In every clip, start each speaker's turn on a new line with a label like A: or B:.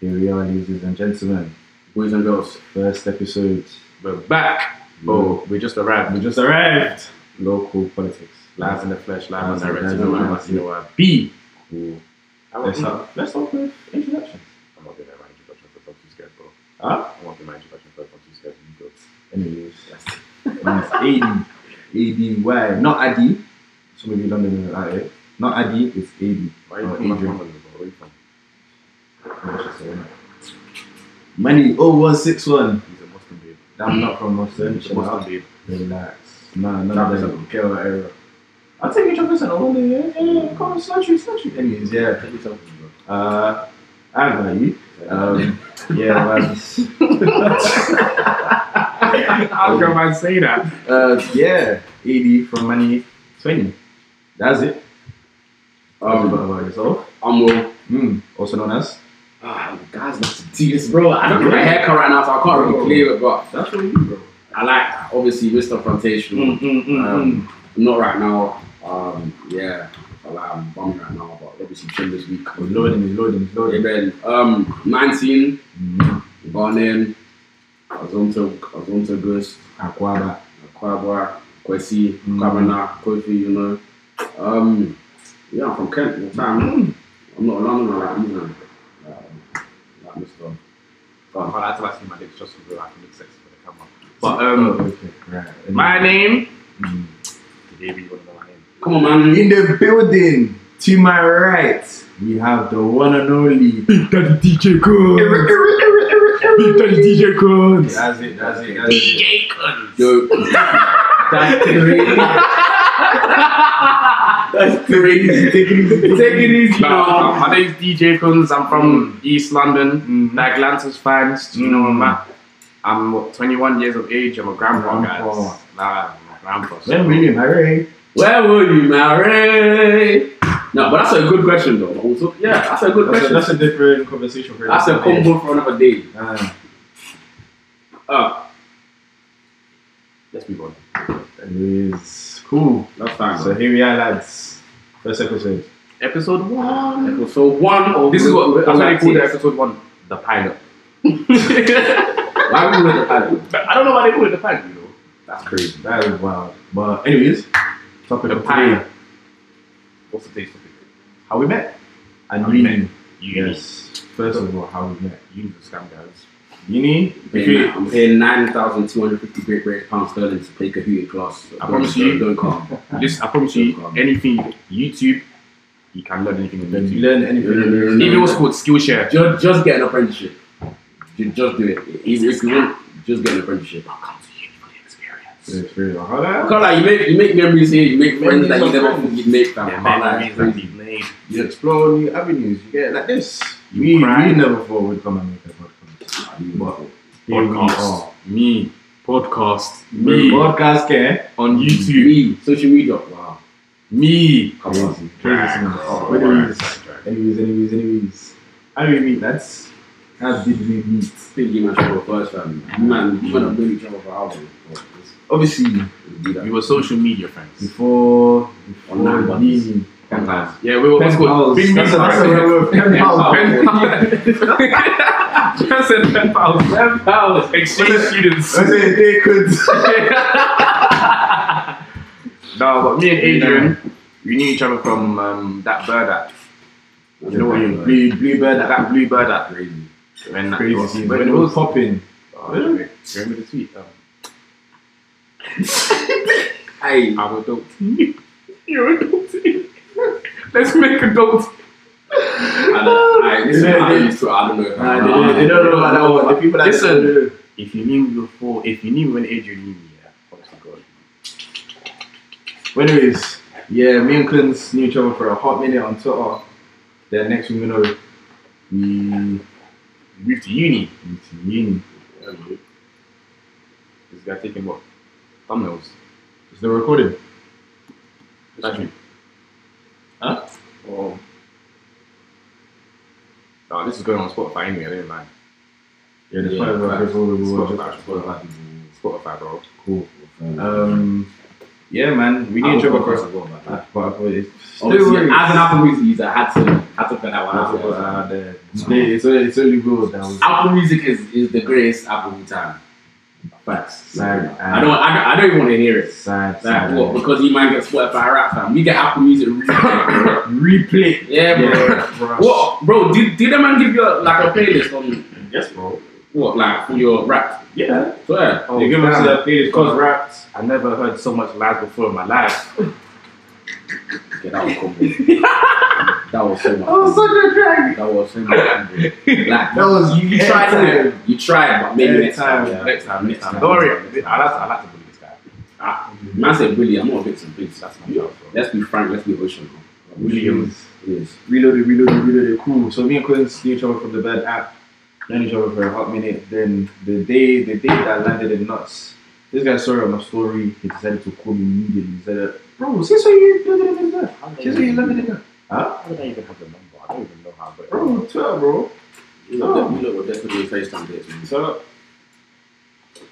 A: Here we are, ladies and gentlemen.
B: Boys and girls,
A: First episode.
B: we're back. Oh, we just arrived.
A: We just arrived. Local politics.
B: Live in the flesh, live and
A: Live and
B: direct. You uh,
A: direct.
B: know what I must know what I be.
A: Cool.
B: I E. won't
A: Let's
B: be my
A: start, let's start with introduction.
B: introduction for I'm too scared, bro.
A: Huh?
B: I won't be my introduction for I'm too scared. You
A: Anyways, that's AD. ADY. Not Adi. Some of you London are out here. Not Adi, it's AD.
B: Why are you
A: Oh,
B: from my
A: Adrian.
B: family, bro? Where are you from?
A: Money 0161.
B: He's a Muslim babe.
A: I'm not from Austin.
B: He's a Muslim babe.
A: Relax. Nah,
B: Nah,
A: none of
B: there's
A: them. Girl era. I'll take you chocolate and all day. Yeah, yeah, come on, statue, statue. Anyways, yeah.
B: Tell me something, bro.
A: Uh, I don't know you. Um, yeah, man.
B: How can I say that?
A: Uh, yeah, AD from Money 20. That's it.
C: Oh.
A: Um,
B: Um,
A: about yourself.
C: I'm Will.
A: Mm, also known as.
C: Ah, guys, not to do this, bro. I don't get a haircut right now, so I can't really clear it, but
A: That's what you, bro.
C: I like, obviously, with the
B: Mm,
C: frontation. Um, Not right now. Um, yeah, I like, I'm bumming right now, but obviously, trim this week.
A: We're loading, we're loading, we're
C: Okay,
A: loading.
C: Ben. Um, 19,
A: Mm,
C: Ghanaian, Azonto, Azonto Gus,
A: Aquaba.
C: Kwabwa, Kwesi,
A: Mm.
C: Kwabana, Kofi, you know. Um, yeah, I'm from Kent, all the time.
A: Mm.
C: I'm not a Londoner, like, I'm not like, like Mr.
B: Oh, I like to see my dick just to I can make sex for the camera.
A: But, um, okay, right.
B: My name.
A: Mm.
B: Today we want to know my name.
C: Come on, man.
A: In the building, to my right, we have the one and only.
B: Big Daddy DJ Kun. Big Daddy DJ Kun.
A: That's it, that's it, that's it.
C: Yo,
A: That's crazy. that's crazy. Take it easy, take it easy.
B: No,
A: now.
B: my name's DJ Kunz. I'm from East London,
A: Mm.
B: like Lance's finest. You know where I'm at. I'm what, 21 years of age. I'm a grandpa,
A: Grandpa.
B: guys. Nah, I'm a grandpa. so-
A: When William Harry,
C: Where will you marry? No, but that's a good question though. Also, yeah, that's a good
A: that's a,
C: question.
A: that's a different conversation for
C: That's a
A: another day.
C: combo for another day.
A: Ah,
C: Uh, let's move on.
A: anyways, cool.
C: That's fine.
A: So here we are, lads. First episode.
B: Episode one.
C: so one. Of
B: Um, This is what that's what they
C: that's
B: call the
C: it.
B: episode one. The pilot.
C: Why we with the pilot?
B: But I don't know why they call it the pilot. You know.
C: That's crazy.
A: That is wild. But anyways, topic
B: The
A: of today,
B: pilot. What's the taste of it?
A: how we met. And
B: How we
A: uni.
B: You
A: Yes. First of all, how we met.
B: You the scam guys.
A: Uni. If
C: Paying-
A: you,
C: I'm paying nine thousand two hundred fifty Great British pound sterling to play Kahoot in class. So
B: I promise you-
C: don't come.
B: Just I promise you, anything YouTube, you can learn anything on
A: Did you
B: YouTube.
A: learn anything?
C: No,
B: Even
C: no,
B: what's
C: no.
B: called Skillshare.
C: Just, just get an apprenticeship. Ju- Just do it. It's, it's good. Just get an apprenticeship.
B: I'll come to you for the experience.
A: It's very hard.
C: Because like you make you make memories here, you make friends that you
A: Memories of
C: never
A: friends.
C: you make that
B: Yeah,
C: can't
B: man,
C: lie,
B: he's
C: it's crazy.
B: like, mate.
A: You explore new avenues. You get like this.
B: You
A: We,
B: cry.
A: we never thought we'd come and make a podcast. But here we
B: Podcast.
A: are.
B: Me. Podcast.
A: Me.
B: Me.
A: Podcast care.
B: On YouTube.
C: Me, social media. Wow.
B: Me.
C: Come on.
A: Crazy. Crazy. things.
B: Oh,
A: Anyways,
B: right, right,
A: anyways, anyways, anyways. How did we meet? That's how did we meet?
C: Still give my trouble first time. You man, you man have been in trouble for how long? Oh, let's-
A: Obviously,
C: let's do
B: We
C: that.
B: were social media friends.
A: before before
C: Online buttons.
A: the
C: Sometimes.
B: Yeah, we were what's called
A: Pen
B: Big
A: pals.
B: News
A: That's a- that's a
B: friends.
A: word. Pen
B: Pen
A: pals.
B: pals. Just said pen pals. Pen pals. Exchange students.
A: I said they could.
B: No, but me and Adrian, we knew each other from um, that bird app.
C: That's
B: You know what
C: crazy.
B: you
A: Blue, bluebird. That
B: That, that blue bird app.
C: Crazy.
B: When that
A: crazy.
B: was-
A: scene. When it was popping.
B: Oh, remember remember the tweet? Um,
C: Hey,
B: I'm adult. You're adult. Let's make adult.
C: I don't- I- this is
A: Yeah,
C: what
A: they-
C: I used to. I don't know. if
A: Nah,
C: I'm
A: they,
C: wrong.
A: don't- they don't know about that one. The people that
B: Listen.
A: don't know.
B: If you knew before, if you knew when Adrian knew me, yeah, honestly, God.
A: But anyways, yeah, me and Clint's knew each other for a hot minute on Twitter. Then next thing we know, we went
B: You moved to uni.
A: to uni.
B: Yeah, mate. This guy taking what? Thumbnails.
A: Is the recording?
B: Actually.
A: Huh?
B: Oh. No, this is going on Spotify anyway, I don't mind.
A: Yeah, the
C: Yeah,
A: five of us
C: facts.
A: all we were
B: Oh, Spotify, Uh,
A: just-
B: Spotify, Spotify, bro.
A: Cool.
C: Um,
A: Um, Yeah, man. We
C: Apple
A: need Trevor
C: podcast
A: Cross.
C: as well, by the way.
A: But but it's
C: Obviously,
A: still
C: as an Apple Music user, I had to had to put that one out.
A: Apple, uh, the- they- It's only it's only good that was
C: Apple Music is, is the greatest Apple time. Facts.
A: sad.
C: I don't, I don't I don't even want to hear it.
A: sad.
C: Like
A: sad.
C: what? Because he might get Spotify rap fam. We get Apple Music replay.
A: Replay.
C: yeah, bro.
A: bro.
C: What, bro? Did did a man give you a, like a playlist on
A: Yes, bro.
C: what like for your rap?
B: Yeah.
C: So yeah.
A: Oh,
B: they give us
A: damn.
B: the playlist called Raps. I never heard so much lies before in my life.
C: Okay, that was combo. that was so much.
A: Oh, such a drag.
C: That was so much. combo. Like
A: That was
C: you, you
A: every
C: tried
A: time.
C: it. You tried, but maybe
A: Every
C: next time.
A: time.
C: yeah. Next time. Next time.
B: Don't worry. I like, I like to believe this guy.
C: Man said Willie. I'm not a victim, please. That's my
B: Yeah.
C: job. Let's be frank. Let's be ocean.
A: Williams.
C: Yes.
A: Reloaded, reloaded, reloaded. Cool. So me and Quinn see each other from the bad app, known each other for a hot minute. Then the day, the day that I landed in nuts, this guy saw it on my story. He decided to call me immediately. He said, "Bro, see so you landed in nuts. See so you landed in nuts,
B: I don't even have the number. I don't even know how. But
A: bro. Twitter, bro.
C: You know, we look definitely FaceTime dates. man.
A: So."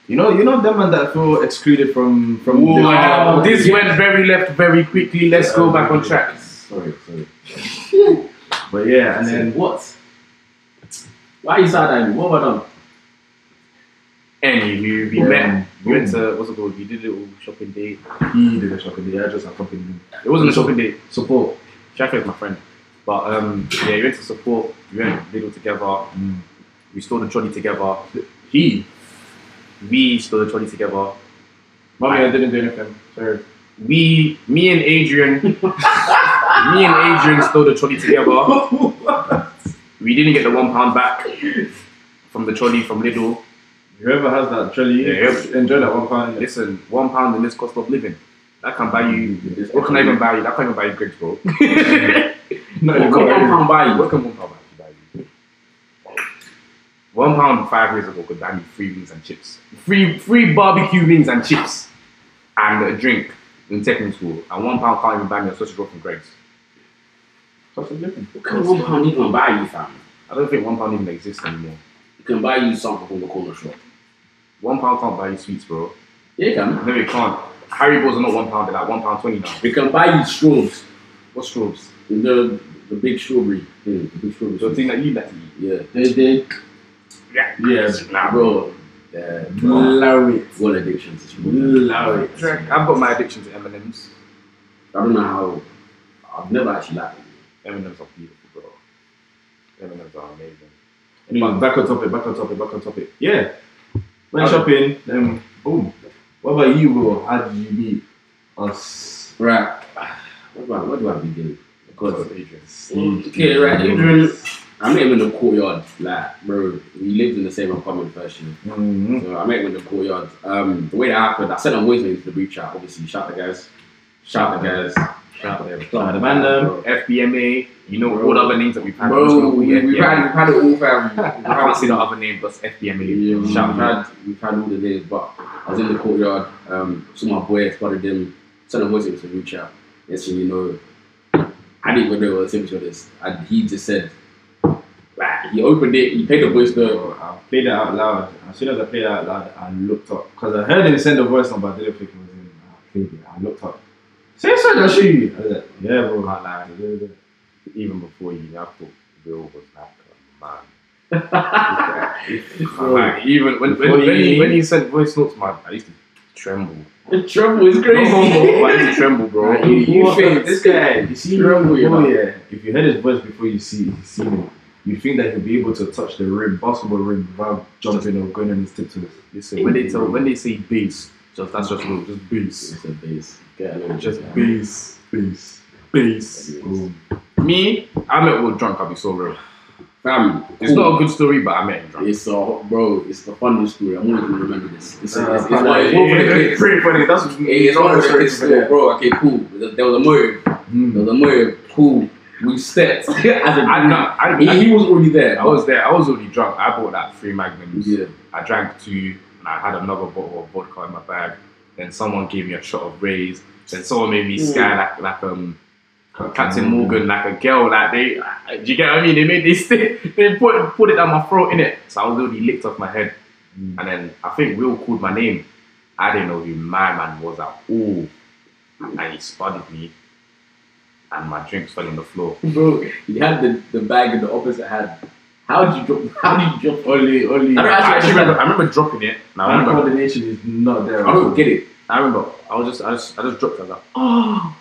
A: You know, you know them man that feel excluded from from.
B: Whoa,
A: the-
B: wow. this went very left very quickly. Let's go back on track.
C: Sorry, sorry.
A: But yeah, and
C: And
A: then
C: then what? Why you sad at me? What have I done?
B: Anywho, we
A: Yeah.
B: met. We went to what's it called? We did a little shopping date.
A: he did a shopping day. I just accompanied him.
B: It wasn't a shopping date.
A: Support.
B: Shaq is my friend, but um, yeah, we went to support. We went little together.
A: Mm.
B: We stole the trolley together. He, we stole the trolley together.
A: Mommy, I didn't do anything. Sorry.
B: We, me and Adrian, me and Adrian stole the trolley together. We didn't get the one pound back from the trolley from Lidl.
A: Whoever has that trolley,
B: Yeah, yeah.
A: enjoy that one pound.
B: Listen, one pound in this cost of living. That can buy you.
C: This
B: What can I even buy you? That can't even buy you drinks, bro. what
A: No,
C: What
A: you
C: can
A: go
C: one
A: ahead.
C: pound buy you?
B: can one pound actually buy you? One pound five years ago could buy me three wings and chips, free free barbecue wings and chips, and a drink in technical school. And one pound can't even buy me a sausage roll from Greg's.
A: Cost of living.
C: What can one pound even buy you, fam?
B: I don't think one pound even exists anymore.
C: It can buy you something from the corner shop.
B: One pound can't buy you sweets, bro.
C: Yeah, it can.
B: No, it can't. Harry balls are not one pound. They're like one pound twenty now.
C: It can buy you strobes.
B: What's strobes?
C: The the big strawberry. thing, the big strawberry.
B: The
C: thing.
B: thing that you like to eat.
C: Yeah, they they
B: Yeah.
A: Yeah.
B: Nah, bro.
C: bro. Yeah, bro.
A: Allow it.
C: What addictions is real.
A: Allow it.
B: I've got my addiction to M and M's.
C: I don't know how. I've never actually liked it.
B: M&M's are beautiful, bro. M&M's are amazing.
A: Anyway, back on topic, back on topic, back on topic. Yeah. Went shopping, then boom. What about you, bro? How did you meet us?
C: Right. What do I, what do I begin? Because
B: Adrian's.
C: Okay, right, Adrian. I met him in the courtyard, like, bro, we lived in the same apartment first year.
A: Mm-hmm.
C: So I met him in the courtyard. Um, the way that happened, I sent a voice into the group chat, obviously. Shout out the guys. Shout out the guys.
B: Shout out to them.
A: Shout out to Mandem.
C: Bro,
B: FBMA, you know
C: Bro.
B: all the other names that we've had. Let's
C: Bro,
B: go with
C: we, we've, had, we've
B: FBMA.
C: had it all, fam. We've
B: I can't
C: had-
B: say the other name, but it's FBMA.
C: Yeah, we've,
B: Shout out.
C: had, we've had all the days, but I was in the courtyard. Um, saw my boy, spotted him, sent a voice into the group chat. Next thing you know, I didn't even know what the temperature was. And he just said, like, he opened it, he played the voice note.
A: Bro, I played that out loud. As soon as I played that out loud, I looked up. Because I heard him send a voice number, I didn't think it was him. I played it. I looked up. Say something, I'll show you. I was like, yeah, bro.
B: Can't lie.
A: Yeah,
B: Even before you, I thought Will was like uh, a man.
A: Bro.
B: Like, even when, when,
A: Before
B: when,
A: you-
B: he, when he sent voice notes, man, I used to tremble.
C: The trouble is crazy.
B: No, I used to tremble, bro.
A: Bro, you, you
C: What?
A: think this guy, you see him?
C: Rumble, you
A: oh,
C: know.
A: yeah. If you heard his voice before you see you see him, you think that he'll be able to touch the rim, basketball rim, without jumping or going on his tiptoes.
B: Listen, when they tell, when they say bass, just that's just real, just bass,
C: It's a base. Get a little
B: just
C: bit, man.
B: bass, bass, bass.
A: Boom.
B: Me, I met Will drunk. I'll be so real.
C: Fam,
B: It's not a good story, but I met him drunk.
C: It's a bro. It's the funniest story. I'm always gonna remember this. It's,
A: Uh,
C: it's, it's,
A: but
C: one- it's
A: yeah,
C: one for the
A: yeah,
C: kids.
A: pretty funny. That's what
C: Hey, It's one for the kids. Bro, bro, okay, cool. There there was a motive. There
A: Mm.
C: was a motive. Cool. We stepped. As a
B: I know. I,
C: group. he,
B: I,
C: he was already there.
B: I was there. I was already drunk. I bought like three magnums.
C: Yeah.
B: I drank two, and I had another bottle of vodka in my bag. Then someone gave me a shot of rays. Then someone made me sky like like um
A: Hmm.
B: Captain Morgan, like a girl, like they, uh, do you get what I mean? They made they stay, they put put it down my throat in it, so I was already licked off my head.
A: Mm.
B: And then I think Will called my name. I didn't know who my man was at all. and he spotted me, and my drinks fell on the floor.
C: Bro, you had the, the bag in the opposite hand. How did you drop? How did you drop?
A: Only, only.
C: I
B: I,
C: don't actually
B: actually
C: understand.
B: remember, I remember dropping it. And I
A: Hand
B: remember,
A: coordination is not there. at
C: I
A: all.
C: don't get it.
B: I remember, I was just, I just, I just dropped it. I was like, oh,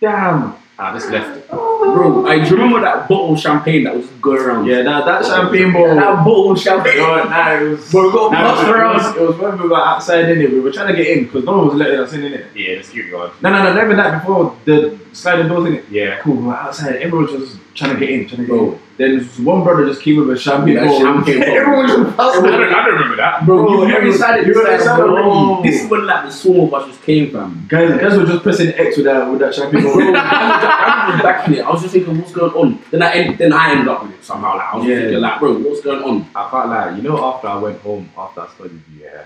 B: damn! And I just left.
C: Bro, I do you remember that bottle of champagne that was going around.
A: Yeah, that, that champagne
C: Yeah,
A: bottle.
C: That bottle of champagne.
A: No, nah, it was.
C: Bro, we got
A: nah,
C: bust
A: it was-
C: around.
A: It was when we were outside in it. We were trying to get in because no one was letting us in in it.
B: Yeah, just keep going.
A: No, no, no. Never that before the sliding doors in it.
B: Yeah,
A: Cool. We were outside. Everyone was just trying to get in, trying to get
C: Bro.
A: in. Then this one brother just came with a champagne
C: That
A: bottle.
C: champagne bottle.
A: Everyone just
B: I
A: passed
B: don't,
A: it.
B: I don't remember that.
C: Bro,
A: Bro,
C: you were
A: every-
C: inside
A: you were
C: this
A: inside already.
C: This is when like the swarm of us just came from.
A: Guys, guys were just pressing X with that with that champagne
C: Bro, I was,
A: bottle.
C: I was back in it. I was just thinking, what's going on? Then I end, then I ended up with it somehow. Like I was
A: Yeah.
C: just thinking, like, bro, what's going on?
B: I can't lie. You know, after I went home, after I studied yeah,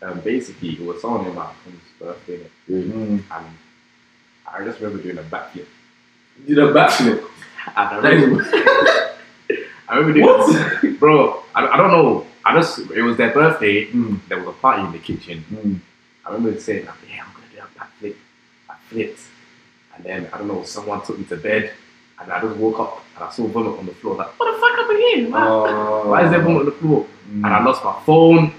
B: um, basically it was someone in my friend's birthday, innit?
A: Mm.
B: and I just remember doing a backflip.
C: You know, back in it.
B: And I
C: That
B: remember,
C: is
B: I remember doing what? bro. I, I don't know. I just it was their birthday.
A: Mm.
B: There was a party in the kitchen.
A: Mm.
B: I remember saying, like, "Yeah, I'm gonna do a backflip." I flipped, and then I don't know. Someone took me to bed, and I just woke up and I saw vomit on the floor. Like, what the fuck happened here? Why, why
A: Oh,
B: is there vomit on the floor? and I lost my phone.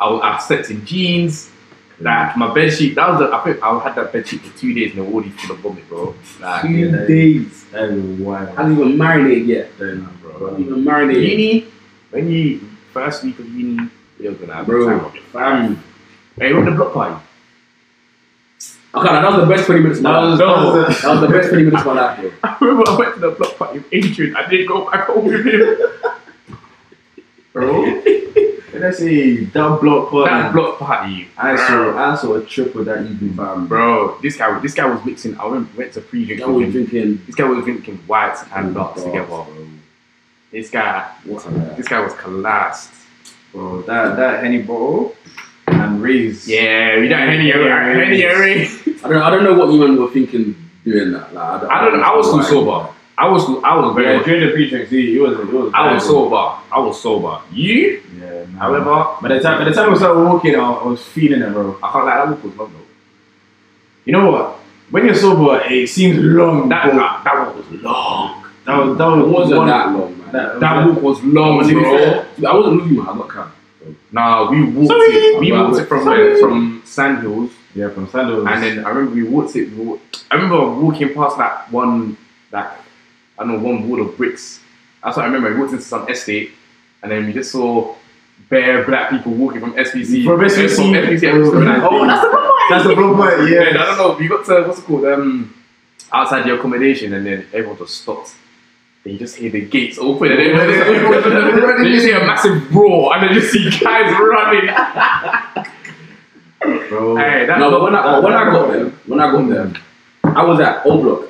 B: I was upset in jeans. Like my bed sheet, that was the, I think I had that bed sheet for two days and the wardrobe full of vomit, bro. Like,
C: two
A: Yeah.
C: days.
A: That is wild.
C: Hasn't even marinated yet.
A: Then,
C: Hasn't
B: bro.
C: even marinated.
B: Uni, when you first week of uni, you're gonna have
C: Bro.
B: a time of your life.
C: Fam.
B: Hey, what the block party?
C: Okay, that was the best 20 minutes of my life.
B: was- No.
A: that was
C: That was the best 20 minutes of my life, bro.
B: I remember I went to the block party with Adrian. I didn't go back home with him.
A: bro. When I say that block party,
B: that block party,
A: I saw I saw a triple that evening.
C: Fam.
B: bro. This guy, this guy was mixing. I went went to pre-drink.
C: That was
B: with him.
C: drinking.
B: This guy was drinking whites and
C: Oh,
B: darks
C: God,
B: together.
C: bro.
B: This guy,
C: What's that?
B: this guy was collapsed.
A: Bro, that that Henny bottle and Rays.
B: Yeah, we don't Henny
A: Yeah,
B: Henny- Henny
A: yeah.
B: Henry.
C: I don't, I don't know what you men were thinking doing that. Like, I, don't,
B: I don't know. I was too
C: understand why.
B: sober. I was I was very
A: Yeah, during the pre-drinks, it was it was.
B: I
A: bad,
B: was sober. I was sober. You,
A: bro. Yeah. nah.
B: however,
A: by the time by the time we started walking, I, I was feeling it, bro.
B: I can't lie. That walk was long though.
A: You know what? When you're sober, it seems long.
B: That
A: bro.
B: that, that walk was long.
A: that was that was
C: It wasn't
A: one-
C: that long, man.
A: that-
B: That walk was long,
A: To be
B: bro.
A: fair,
C: I wasn't losing my. I got calm.
B: Nah, we walked
A: Sorry.
B: it. We walked it from
A: Sorry.
B: uh, from Sand Hills,
A: Yeah, from Sandals.
B: and then I remember we walked it. We walked, I remember walking past that one that I don't know one wall of bricks. That's what I remember. We walked into some estate, and then we just saw. Bare black people walking from SBC.
A: From SBC.
B: From SBC. like,
A: Oh, that's
B: the problem.
A: that's the blue point. Yeah.
B: And I don't know, we got to what's it called? Um outside the accommodation and then everyone just stopped. Then you just hear the gates open and everyone just, everyone just- then you just hear a massive roar and then you see guys running.
A: Bro.
B: Hey, that,
C: No, but when I
A: that-
C: when I
A: that-
C: got there, when I got there, I was at O Block.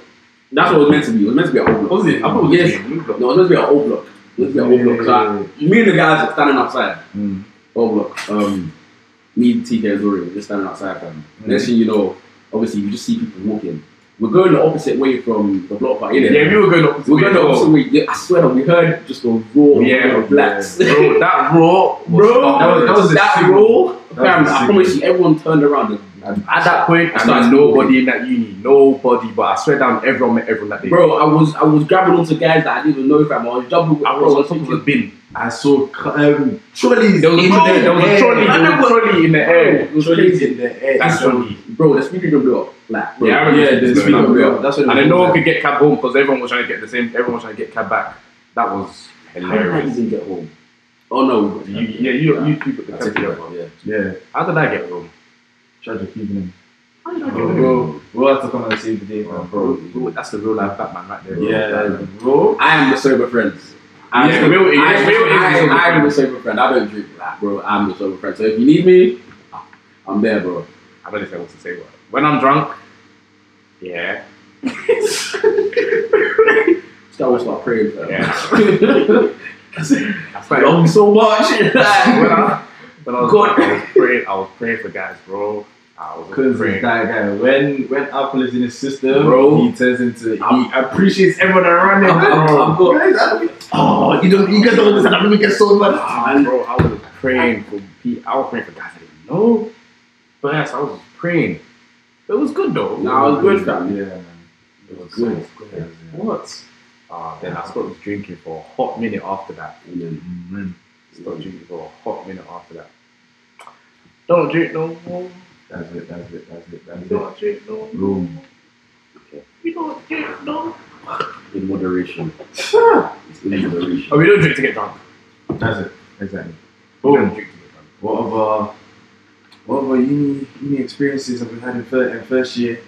C: That's what it was meant to be. It was meant to be at O Block.
B: was it? I thought it was
C: Yes.
B: a blue block.
C: No, it was meant to be at O Block. It was meant to be at O Block. So I, me and the guys were standing outside
B: Hmm.
A: Mm.
C: O Block. Um, me, TK, and Zori were just standing outside. Fam.
B: Hmm.
A: Mm.
C: Next thing you know, obviously you just see people walking. We're going the opposite way from the block party. innit?
B: Yeah, we were going up
C: We're going the opposite way. Yeah, I swear that we heard just a roar
B: Yeah,
C: of blacks.
B: Bro, that roar was
C: Bro,
A: that was- that was the
C: that
A: signal.
C: roar,
A: That was
C: fam,
A: the
C: I
A: signal.
C: promise you, everyone turned around. And, and
B: at that point,
C: I
B: I
C: started
B: mean, nobody in that uni, nobody, but I swear down everyone met everyone that day.
C: bro, I was I was grabbing onto guys that I didn't even know, fam. I was jumping. with-
B: I
C: bro,
B: was on top of a bin.
A: I saw um, trolleys.
B: There was a
A: in
B: trolley,
A: the
B: there was a
A: air.
B: trolley, there was a trolley in the air.
C: It was
A: Trolleys
C: crazy,
A: in the air.
B: That's trolley.
C: bro. The speaker didn't blow up, like, bro.
B: Yeah, I remember
A: Yeah,
B: this
A: the
B: was
A: speaker
B: going on.
A: blew up. That's what.
B: And then no one
A: was.
B: could get cab home because everyone was trying to get the same. Everyone was trying to get cab back. That was
C: How did I
B: hilarious.
C: even get home? Oh no,
B: You, yeah, you, you two got the
C: I
B: cab
C: took it
B: together.
C: back, yeah.
A: Yeah,
B: How did I get home?
A: tragic evening.
B: Bro,
A: Bro, we'll have to come and save the day,
C: Oh,
A: man.
B: bro, bro, that's the real life Batman right there.
A: Yeah,
B: bro.
A: bro.
C: I am the sober friends.
B: Yeah, Will is-
C: I,
B: Will is the sober
C: I, I am
B: friend.
C: the sober friend. I don't drink, like, bro. I'm the sober friend. So if you need me, I'm there, bro.
B: I don't know if I want to say what. When I'm drunk, yeah,
C: Just gotta watch my prayers, fam.
B: Yeah. I swear. When
C: Long so much.
B: I, when I was,
C: God.
B: I was praying, I was praying for guys, bro. I was
A: Because
B: praying.
A: that guy, when when alcohol is in his system,
C: Bro.
A: he turns into he
C: I'm-
A: appreciates everyone around him.
C: I'm-
A: man.
C: I'm good.
A: Guys, I don't- oh, you don't, you guys don't understand. I'm gonna get so much.
B: Ah, bro, I was praying for pe I was praying for guys I didn't know. But yes, I was praying. It was good though.
C: Nah, it was good, fam.
A: Yeah, man.
B: It was
C: Good.
B: so good.
A: Yeah, yeah.
B: What? Uh, then I stopped drinking for a hot minute after that.
C: And then
A: Mm,
B: Stopped drinking for a hot minute after that. Don't drink no more.
A: That's it, that's it, that's it, that's it.
B: Don't drink no more.
A: Boom.
B: You don't drink no.
C: in moderation. It's in moderation.
B: Oh, we don't drink to get drunk.
A: That's it, exactly.
B: We
A: Boom.
B: don't drink to get drunk.
A: What other, what other uni, uni experiences have we had in first, in first year?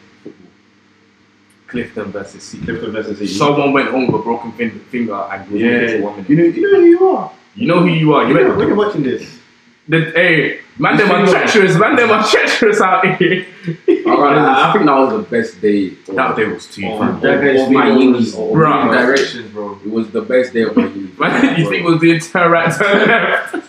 B: Clifton versus C.
A: Clifton versus City.
B: Someone went home with a broken fin- finger and was yeah.
A: yeah,
B: for one minute.
A: you know, you know who you are.
B: You know who you are.
A: You
B: You
A: know,
B: went
A: when you're watching this,
B: The, hey, man,
A: You
B: them are
A: feel
B: treacherous. Man, them are treacherous out here.
C: All right, I, I think that was the best day. of-
B: That day was too
C: Oh,
B: fun.
A: that guy's
C: all my
A: video
C: uni-
A: was-
C: all
B: Bruh.
C: my direction.
A: directions, bro.
C: It was the best day of my uni.
B: Man, you think we'll do turn right, turn left?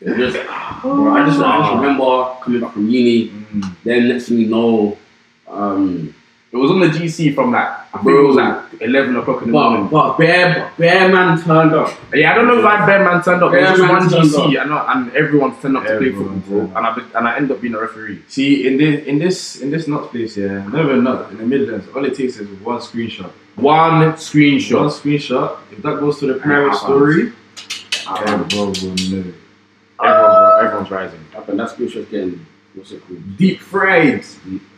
C: It was just, bro, I just, I just remember coming back from uni.
A: Mm.
C: Then next thing you know, um,
B: It was on the GC from that. I think it was like 11 o'clock in the
C: but,
B: morning.
C: but bear, bear man turned up.
B: Yeah, I don't know if I bear man turned up. It was just
C: Bear
B: one
C: man turned
B: GC and, I- and everyone turned up to play
A: Everyone
B: football,
A: turned
B: bro. And I, be- and I ended up being a referee.
A: See, in this, in this, in this nuts place, yeah, never nut in the Midlands. All it takes is one screenshot.
B: One
A: One
B: screenshot.
A: screenshot. If that goes to the
B: Yeah,
A: parent story, yeah,
C: Um,
A: bro, bro, no.
B: Everyone's, everyone's rising.
C: I think that screenshot getting what's it called?
A: Deep fried.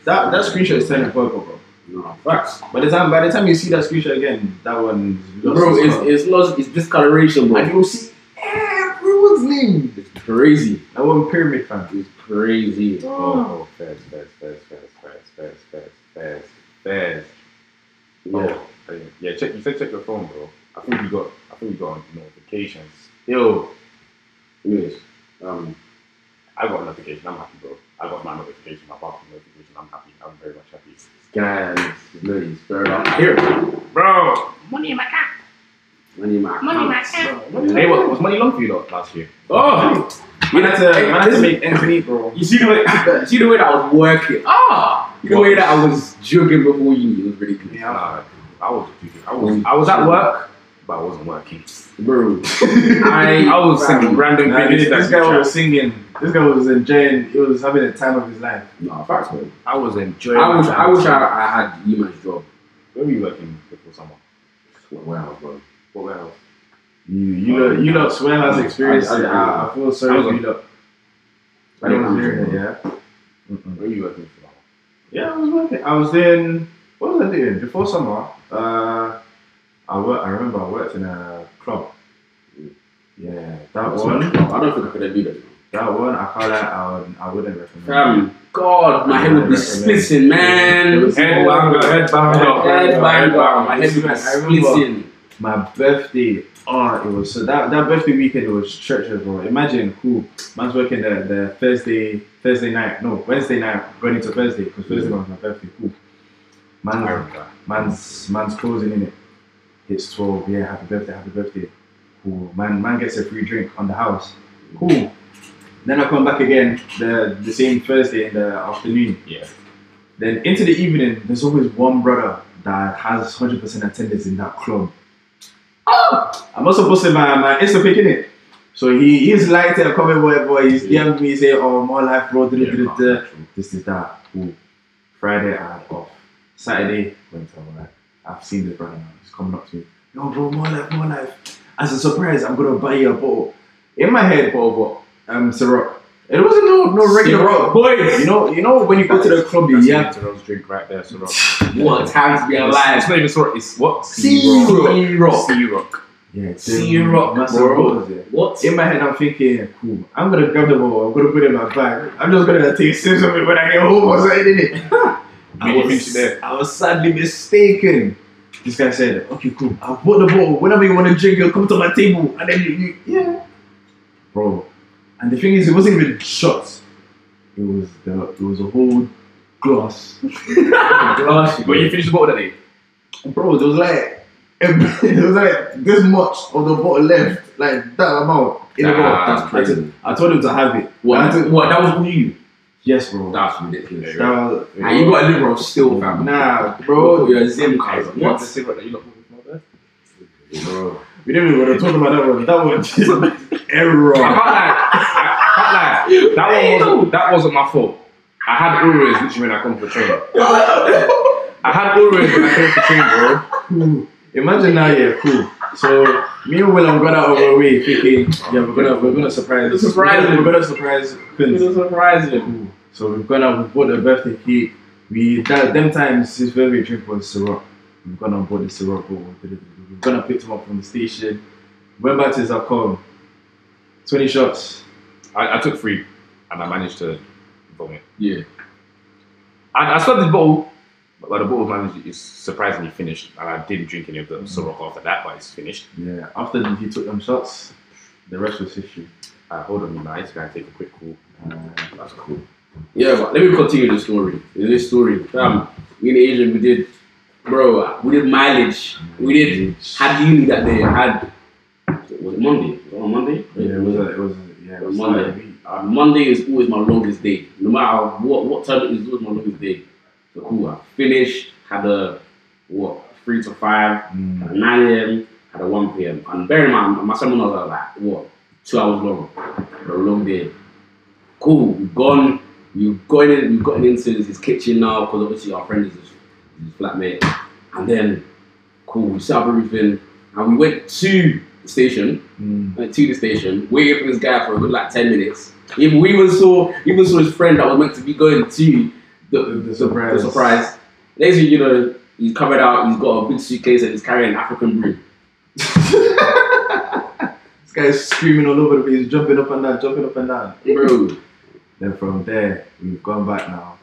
A: That that screenshot is turning purple, bro.
C: No, facts.
A: By the time by the time you see that screenshot again, that one lost
C: Bro,
A: its
C: it's
A: color.
C: it's lost. It's discoloration, bro.
A: and you'll see everyone's name.
C: It's crazy.
A: That one pyramid fan.
C: It's crazy.
B: Oh, fast, fast, fast, fast, fast, fast, fast, fast, fast.
C: Yeah.
B: Oh, yeah. yeah, check. You said check your phone, bro. I think you got. I think you got notifications. Yo,
C: Anyways, um,
B: I got a notification. I'm happy, bro. I got my notification. My pop notification. I'm happy. I'm very much happy,
C: guys, ladies, third up here.
B: bro.
D: Money in my cap.
C: Money in my
D: Money in my
C: account.
D: cap.
B: Hey, what was money long for you though, last year?
C: Oh,
A: Man had to, man
C: Hey,
A: had to
C: this-
A: make ends meet, bro.
C: you see the way you see the way that I was working. Ah, the way that I was joking before you it was ridiculous,
A: Yeah.
B: Nah, I was. I was. I was at work, but I wasn't working.
C: bro.
B: I, I was sending random
A: Nah, this,
B: videos.
A: this
B: that
A: guy was singing. This guy was enjoying. He was having the time of his life.
C: Nah, facts, bro.
B: I was enjoying.
C: I wish
B: my
C: I
B: time.
C: wish I, I had Eman's job.
B: Where were you working before someone?
C: Wow, bro.
B: What warehouse?
A: You you lot, you lot swear has experience.
C: I-
A: I,
C: I-
A: I, feel sorry
B: I was
A: for
B: on-
A: you lot.
C: I didn't have a job.
A: yeah. Mm-mm.
B: Mm-hmm. Where were you working for? someone?
A: Yeah, I was working. I was doing. What was I doing before summer? Uh, I work. I remember I worked in a club. Yeah, that one.
C: I don't think I could ever do that.
A: That one. I can't. I, would, I wouldn't recommend.
C: Fam, God, my head would be splitting, man.
B: Headbanger, headbanger.
C: Headbanger, my head would be
A: I remember-
C: splitting.
A: My birthday, oh, it was so that that birthday weekend it was treacherous, bro. Imagine, cool, man's working the, the Thursday Thursday night, no Wednesday night, going into Thursday because Thursday was my birthday, cool.
B: Mm-hmm. I
A: Man,
B: remember.
A: man's man's closing in it. It's twelve, yeah. Happy birthday, happy birthday. Cool, man. Man gets a free drink on the house. Cool. Then I come back again the the same Thursday in the afternoon.
B: Yeah.
A: Then into the evening, there's always one brother that has 100% attendance in that club.
C: Oh!
A: I'm also posting my, my Insta pic in it. So he, he's liked it, comment, whatever. He's
C: Yeah.
A: DM'd me, say, oh, more life, bro. duh, duh,
B: Yeah,
A: duh,
B: nah,
A: duh.
B: true.
A: This is that. Cool. Friday, I had off. Saturday, went to work. I've seen this brother now. He's coming up to me. Yo, bro, more life, more life. As a surprise, I'm going to buy you a bottle. In my head, bottle, but, um, Ciroc. It wasn't no, no regular
C: Syrup,
A: bottle.
C: boys.
A: You know, you know when you go to the club, you
B: That's
A: have
B: yeah. Ciro's drink right there, Ciro.
C: What time to be alive?
B: It's not even Ciro, it's what?
C: Rock.
B: C-Rock.
A: Yeah,
C: See you rock,
A: massive
C: bro.
A: balls, yeah.
C: What?
A: In my head, I'm thinking, cool, I'm gonna grab the ball, I'm gonna put it in my bag, I'm just gonna take sips of it when I get home or something, innit? I,
B: Made you think
A: was,
B: there.
A: I was sadly mistaken. This guy said, okay, cool, I bought the ball, whenever you wanna drink, you'll come to my table, and then you, you yeah. Bro, and the thing is, it wasn't even shots, it was the, it was a whole glass.
C: Glass,
B: When you finish the bottle that day,
A: Bro, there was like, it was like this much of the bottle left, like that amount in the
B: Nah,
A: bottle.
C: That's crazy.
A: I told him to have it. I
C: What?
A: told-
C: What? That was all you.
A: Yes, bro. Nah,
C: That's ridiculous.
A: that was,
C: And you got a liberal still, fam.
A: nah bro.
C: Your Zim card.
B: you want the cigarette that you not bought for my birthday?
C: Bro.
A: We didn't even want to talk about that one. That one just
B: I
A: error.
B: can't lie. I can't lie. That one wasn't, that wasn't my fault. I had Oreos literally when I come for training. I had Oreos when I came for training, bro.
A: Cool. Hmm. Imagine now, yeah, cool. So me and Willem got out of our way thinking, yeah, we're gonna we're gonna surprise
B: Surprise
A: we're
B: him.
A: gonna, we're gonna surprise Quincy.
B: surprising.
A: Ooh. So we've gone out, we bought a birthday cake. We that them times his favorite drink was syrup. We've gone and bought the syrup. Bro. We've gone and picked him up from the station. Went back to his alcohol. Twenty shots.
B: I, I took three and I managed to vomit.
C: Yeah.
B: I, I stopped this bottle, but the bottle managed is surprisingly finished, and I didn't drink any of the Ciroc after that, but it's finished.
A: Yeah. After he took them shots, the rest was history.
B: Uh, hold on, man. I just gotta take a quick call.
A: Uh,
B: That's cool.
C: Yeah, but let me continue the story. This story. Um, me and Adrian, we did, bro, we did mileage. We did, had uni that day. Had, was it Monday? Was it on Monday?
A: yeah, it was. uh, A, it was. A, yeah, it was
C: Monday.
A: like a week.
C: Uh, Monday is always my longest day. No matter what, what time it is, it's always my longest day. So cool. I finished, had a, what, three to five,
A: Mm.
C: at 9 a.m. at 1 p.m. And bear in mind, my seminars are like, what, two hours long, a long day. Cool, we've gone, you've gone in, we've gotten into his kitchen now, because obviously our friend is his, his flatmate. And then, cool, we set up everything, and we went to the station,
A: Mm.
C: went to the station, waited for this guy for a good like 10 minutes. Even, we even saw, even saw his friend that was meant to be going to the,
A: The- the surprise.
C: The surprise. Next thing you know, he's covered out, he's got a big suitcase and he's carrying an African brew.
A: This guy's screaming all over the place, jumping up and down, jumping up and down.
C: Bro,
A: Then from there, we've gone back now.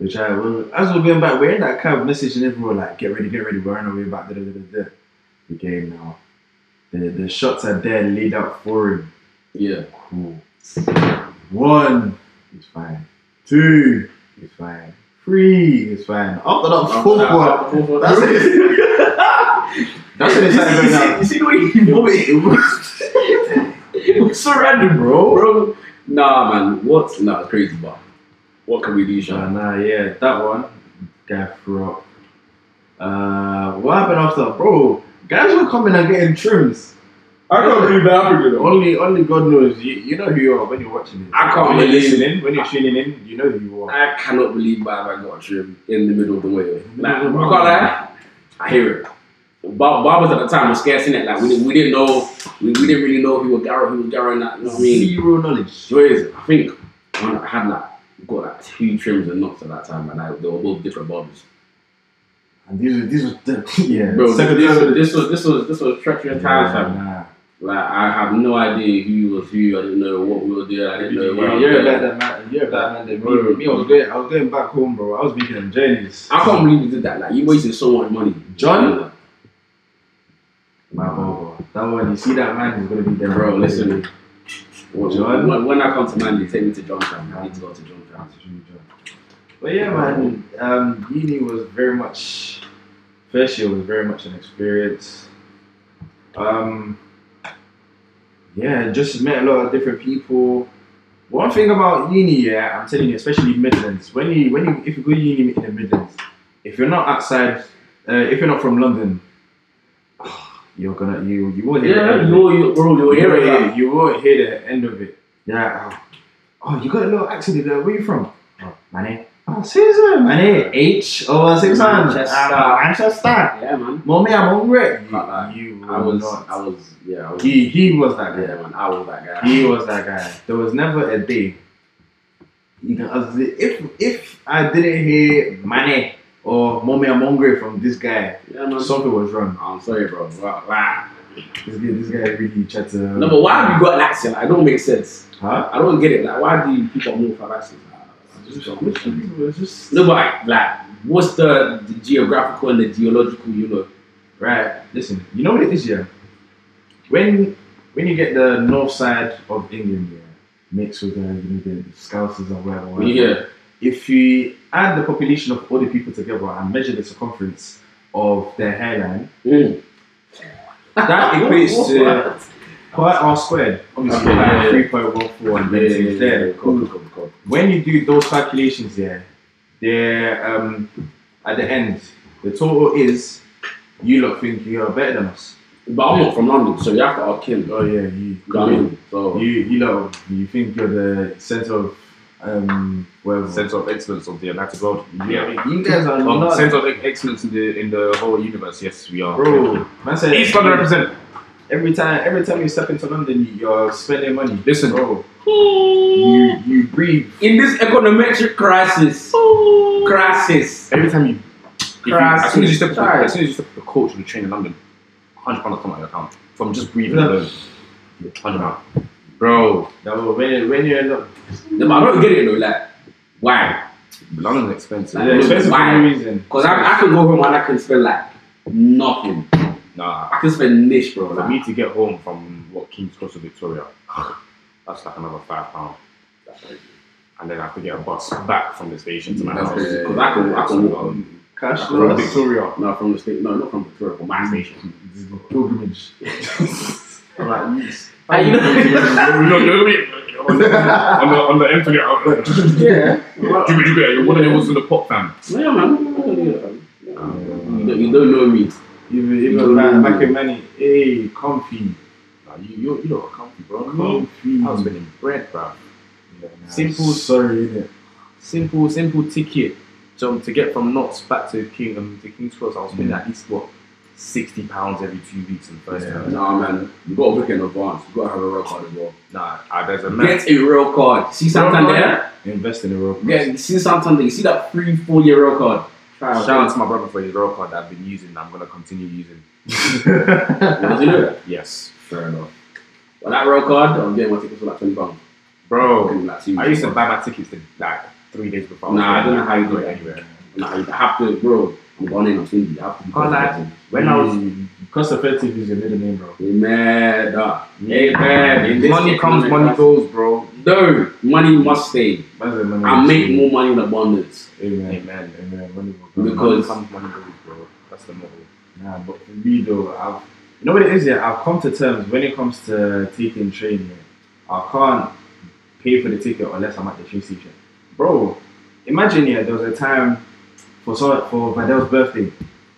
A: We try, we as we're going back, we're in that cab messaging everyone like, get ready, get ready, we're on our way back. Da, da, da, da, da. The game now. The, the shots are there laid out for him.
C: yeah.
A: Cool. One, it's fine. Two, it's fine. Three, it's fine. After that, fourth one.
C: Four,
A: That's it. That's what it's like right now.
C: You see the way he vomited? It was, it was so random, bro. Bro, nah, man. What? Nah, it's crazy, but what can we do,
A: Nah,
C: Sean?
A: nah, yeah, that one. Guy threw up. Uh, what happened after, bro? Guys were coming and getting trims. I can't believe
C: that happened.
A: Only, only God knows. You, you know who you are when you're watching it.
C: I can't
A: When you're
C: believe-
A: listening, when you're tuning in, you know who you are.
C: I cannot believe Baba got trimmed in the middle of the way. Like, I
A: middle of
C: can't
A: the
C: lie. I hear it. Bob, Bob was at the time was scarce in it. Like we didn't, we didn't know, we, we didn't really know who was Garrett, who was Garrett. That you know what I mean,
A: Zero knowledge.
C: so is I think man, I had like got like two trims and knots at that time, and like, they were both different barbers.
A: And these, were- these was the yeah.
C: Bro,
A: second
C: this,
A: time.
C: this was this was this was treacherous times, fam.
A: Nah.
C: Like I have no idea who was who. I didn't know what we were doing. I didn't know where I
A: Yeah,
C: was
A: You're a
C: going.
A: better man. You're a better man than
C: Bro.
A: me. Me, I was going, I was going back home, bro. I was making them journeys.
C: I can't believe you did that. Like you wasted so much money,
A: John? My bro, that one. You see that man is gonna be there,
C: Bro, listen.
A: John?
C: When, when I come to Manly, take me to John Town. I need to go to John Town.
A: But yeah, man, um, uni was very much first year was very much an experience. Um, yeah, just met a lot of different people. One thing about uni, yeah, I'm telling you, especially Midlands. When you when you if you go uni in the Midlands, if you're not outside, uh, if you're not from London, you're gonna you you won't hear the end of
C: Yeah,
A: it.
C: you, you, bro, you were
A: You
C: here.
A: won't,
C: Yeah.
A: hear, you won't hear the end of it. Yeah. Oh, you got a little accent there. Where you from? Oh, my name. Oh, Caesar. My name H O six one.
C: Manchester.
A: Uh, Manchester.
C: yeah, man.
A: Mommy, I'm hungry.
C: Not like-
A: You
C: I
A: will
C: was,
A: not.
C: I was, yeah, I was,
A: He he was that guy.
C: yeah, man. I was that guy.
A: He was that guy. There was never a day. You can ask the- if if I didn't hear money or mommy I'm hungry from this guy,
C: Yeah, man.
A: something was wrong.
C: I'm sorry, bro. Wow, wow.
A: This guy, this guy really chatted.
C: No, but why have you got an accent? Like, it don't make sense.
A: Huh?
C: I don't get it. Like, why do you people move for accents? Like, I just don't get it.
A: Just-
C: No, but like, like, what's the, the geographical and the geological? You know,
A: Right. Listen, you know what it is, yeah. When when you get the north side of England, yeah, mixed with the you know the Scousers and whatever, whatever.
C: yeah,
A: If you add the population of all the people together and measure the circumference of their hairline,
C: Mm.
A: that equates to quite r squared. Obviously,
C: Okay, yeah,
A: like
C: yeah.
A: three point one four and
C: yeah,
A: then
C: yeah,
A: it's
C: yeah,
A: there.
C: yeah. Cool, cool, cool.
A: When you do those calculations, yeah, they're um, at the end. The total is you lot think you are better than us.
C: But I'm not from London, so you have to ask him. You
A: Oh yeah, you.
C: know what I mean? So
A: You you know you think you're the center of um, whatever.
B: sense of excellence of the United world.
A: yeah.
B: Yeah.
A: You guys are
B: Um,
A: not,
B: sense of excellence in the in the whole universe. Yes, we are.
A: bro. Man said
B: He's gonna represent.
A: every time. Every time you step into London, you're spending money.
B: Listen,
A: Bro, you you breathe.
C: In this economic crisis, crisis.
B: Every time you, if you
C: Crass
B: as soon as you step to,
C: child.
B: as soon as you step to the coach on the train in London, hundred pounds come out of your account from just breathing
A: Yeah.
B: alone. Hundred pounds, bro.
A: That will- when when you're in London,
C: No, but I don't get it though. Like, why?
B: London's expensive.
C: Like,
A: they're expensive for
C: why?
A: no reason.
C: Because I, I can go home and I can spend like nothing.
B: Nah,
C: I can spend niche, bro.
B: for
C: Like,
B: me to get home from what King's Cross to Victoria, that's like another five pound, and then I have to get a bus back from the station to my
C: That's
B: house.
C: crazy.
B: 'Cause I can, I can walk
A: Cash
B: from
A: flow.
B: Victoria.
C: no, from the state. No, not from Victoria, from my station.
A: pilgrimage. I'm like, yes.
C: Ah, you know-
B: on the on the empty out.
C: yeah.
B: You get- you get- you're one of those in the pop fam.
C: Yeah, man. You don't, you don't know me.
A: Even even
C: Mm.
A: man, back in money, hey, comfy,
B: Nah, you you you don't comfy, bro.
A: comfy.
B: I was spending bread, bro.
A: Simple, sorry, innit?
B: Simple, simple ticket. So to get from Knots back to King um, to King's Cross, I was spending at least what sixty pounds every two weeks in the first
A: Yeah.
B: time.
C: Nah, man. You gotta book in advance. You gotta have a real card as well.
B: Nah, I, there's a man.
C: Get a real card. See something there?
A: Invest in a real
C: Yeah, you see something there. You see that free four year real card? Try
B: Shout
C: it.
B: out to my brother for his roll card that I've been using. and I'm gonna continue using.
C: Did you know that?
B: Yes,
C: Fair enough. Well, that real card, I'm getting my tickets for like 20 pounds.
B: bro.
C: Like, two
B: I used to buy my tickets to, like three days before. was
C: Nah, I don't know how you do
B: going
C: that.
B: anywhere.
C: Nah, you have to, bro. I'm going in, I'm saying you have to be
B: Can't lie.
C: competitive.
B: When I was
A: cost effective is your middle name, bro.
C: Amen. ah. Amen. In this
B: money comes,
C: economic
B: money
C: crisis-
B: goes, bro.
C: No, money must stay.
A: That's the money.
C: I make more money in abundance.
A: Amen.
B: Amen.
A: Amen. Money will come.
C: Because-
B: money comes, money goes, bro. That's the motto.
A: Nah, but for me though, I've you know what it is. Yeah, I've come to terms when it comes to taking train. Here, I can't pay for the ticket unless I'm at the train station. Bro, imagine yeah, there was a time for so for Vadel's birthday.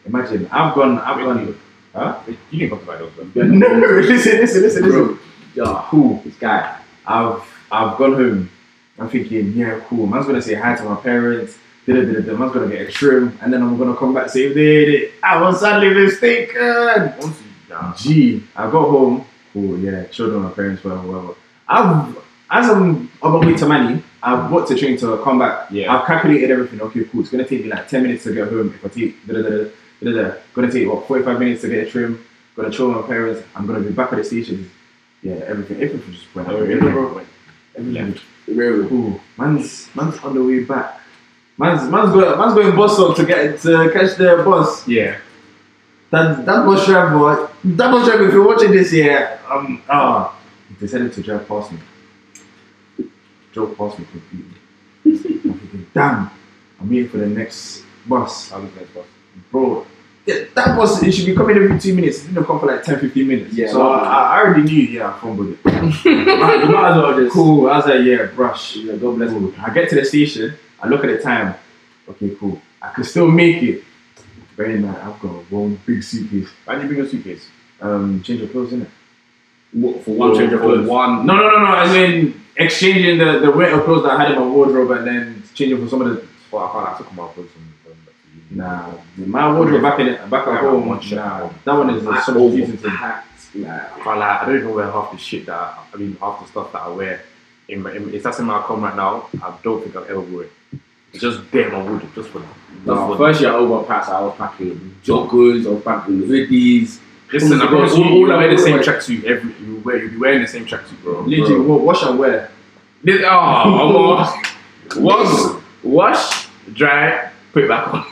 A: Imagine I've gone, I've gone. Huh?
B: You didn't come to buy those, bro.
A: No, listen, listen, listen, listen.
C: Bro, yeah,
A: Cool.
C: this guy.
A: I've I've gone home. I'm thinking, yeah, cool. Man's gonna say hi to my parents. Da, da, da, da. Man's gonna get a trim, and then I'm gonna come back say, "Hey, I was sadly mistaken.
B: Once you, nah,
A: Gee, I got home. Cool, yeah, children, my parents, whatever, whatever. I've as I'm on my way to Mani, I've booked a train to come back.
B: yeah.
A: I've calculated everything. Okay, cool. It's gonna take me like ten minutes to get home. If I take da da da da da, da. gonna take what forty five minutes to get a trim. Gonna chill with my parents. I'm gonna be back at the station. Yeah, everything. Everything just
B: Oh,
A: went. out. Everything, bro. Everything.
C: Bro,
A: Cool. Man's man's on the way back. Man's man's going man's going bus stop to get to catch the bus.
B: Yeah.
A: That that bus driver, that bus driver. If you're watching this, yeah, um, ah, he decided to drive past me. Drove past me completely. I'm thinking, damn, I'm waiting for the next bus,
B: I was next, bro.
A: bro. Yeah, that bus it should be coming every two minutes. It didn't come for like 10, 15 minutes.
C: Yeah.
A: So I, I already knew, yeah, I fumbled it.
C: you might you might as well just.
A: Cool. I was like, yeah, brush.
C: Yeah, God bless
A: Let's
C: me.
A: go. I get to the station. I look at the time. Okay, cool. I could still make it. Bear in mind, I've got one big suitcase.
B: Why did you bring your suitcase?
A: Um, change of clothes, innit?
C: What, For one change of
B: For
C: clothes.
B: One.
A: No, no, no, no. As in exchanging the the wear of clothes that I had in my wardrobe and then changing for some of the
B: Well, I can't have to come out with some. some- some-
A: nah. My wardrobe back in back at
B: Yeah,
A: home.
B: one shirt.
A: Nah, that one is
C: Like,
A: uh, so
C: all
A: much confusing to
C: packed, like,
B: I can't lie, I don't even wear half the shit that I, I mean, half the stuff that I wear. In my, in, if that's in my account right now, I don't think I've ever wore it. It's just there in my wardrobe, just for
C: No,
B: That's
C: first year over packs, I was packing joggers, I was packing hoodies.
B: Listen, I
C: All-
B: promise you,
C: all
B: you
C: I
B: wear the
C: wear-
B: same tracksuit every. You wear, you be wearing the same tracksuit, bro.
A: Literally, wa- wash and wear.
B: This, oh, almost. wash, wash, dry, put it back on.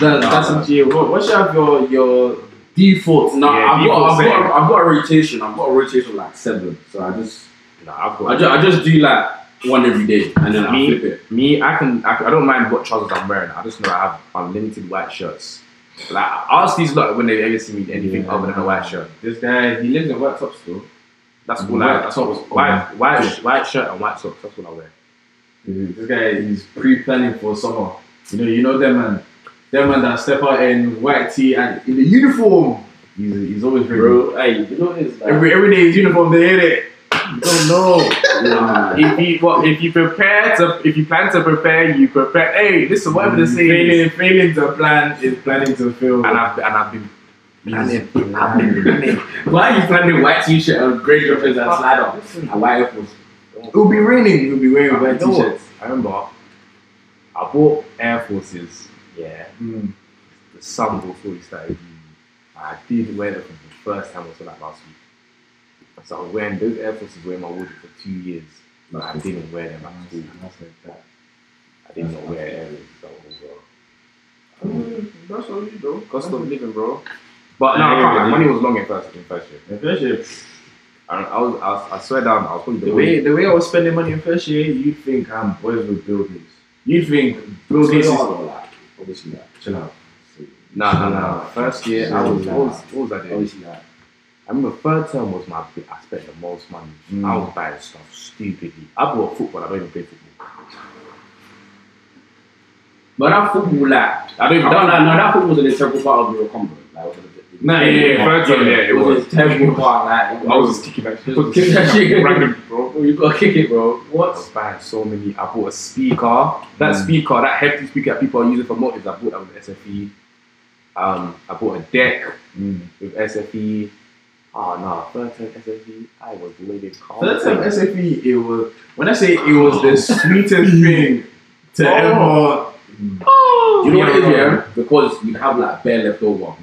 A: That, that's
B: Nah.
A: a G. Wa- Wash up your your default.
C: No,
B: Yeah,
C: I've,
B: people
C: got, I've,
B: say-
C: got, I've got a rotation. I've got a rotation of like seven. So I just,
B: nah, I've
C: I
B: got.
C: just, I just do like one every day, and then I
B: Me?
C: flip it.
B: me, I can, I can. I don't mind what trousers I'm wearing. I just know I have unlimited white shirts. Like I ask these lot when they ever see me in anything
A: Yeah.
B: other than a white shirt.
A: This guy, he lives in white tops though.
B: That's all
A: White
B: I. That's all.
A: tops,
B: White, white, sh- white shirt and white socks. That's all I wear. Mm-hmm.
A: This guy is pre-planning for summer. You know, you know them man, them man that step out in white tee and in the uniform. He's, he's always ready.
C: Bro, hey, you know what it is? Like,
A: Every every day his uniform, they hit it.
B: You don't know.
C: Yeah.
B: If you what if you prepare to if you plan to prepare, you prepare. Hey, listen, whatever the saying is,
A: Failing, failing to plan is planning to fail.
B: Mm-hmm. and I've and I've been planning. I've been planning.
C: Why are you planning white t-shirt and grey jumpers and slide on?
B: Listen,
C: And white apples.
A: It'll be raining. You'll be wearing
B: I
A: wet
B: know.
A: t-shirts.
B: I remember I bought Air Forces. Yeah,
A: Mm.
B: the summer before we started uni. I did wear them for the first time also like last week. So I was wearing those Air Forces were in my wardrobe for two years, but I didn't wear them at school.
A: That's like that.
B: I did not wear Air Forces at all, bro.
A: That's all you do.
B: Cost of living, bro. But no, I can't. lie, money was long in first in first year.
A: In first year,
B: I, I was, I was, I swear down, I was probably
A: the
B: the
A: way
B: way.
A: the way I was spending money in first year, you think I'm boys with Bill Gates. You think Bill Gates is
C: Obviously not.
A: chill out.
B: No, no, no. First year, I was, what was, what was I doing?
C: Obviously not.
B: I remember third term was my, bi- I spent the most money.
A: Mm.
B: I was buying stuff stupidly. I bought football. I don't even play football.
C: But that football, like,
B: I don't even.
C: no, no, no, that football was an integral part of your combo. Like, was it-
B: No, yeah, yeah, yeah, first term, yeah, it
C: was.
B: was.
C: an integral part, like,
B: I was just kicking that shit.
C: Just kicking that shit.
B: Random, bro.
C: Oh, you gotta kick it, bro.
B: I
C: What?
B: was buying so many. I bought a speaker. That
A: Mm.
B: speaker, that hefty speaker that people are using for motives, I bought that with SFE. Um, I bought a deck.
A: Mm.
B: with SFE. Oh no, third time SFE, I was living calm.
A: Third time SFE, it was when I say it was the sweetest thing to ever.
C: You know what it is,
A: Yeah.
C: yeah? Because you have like bare left over.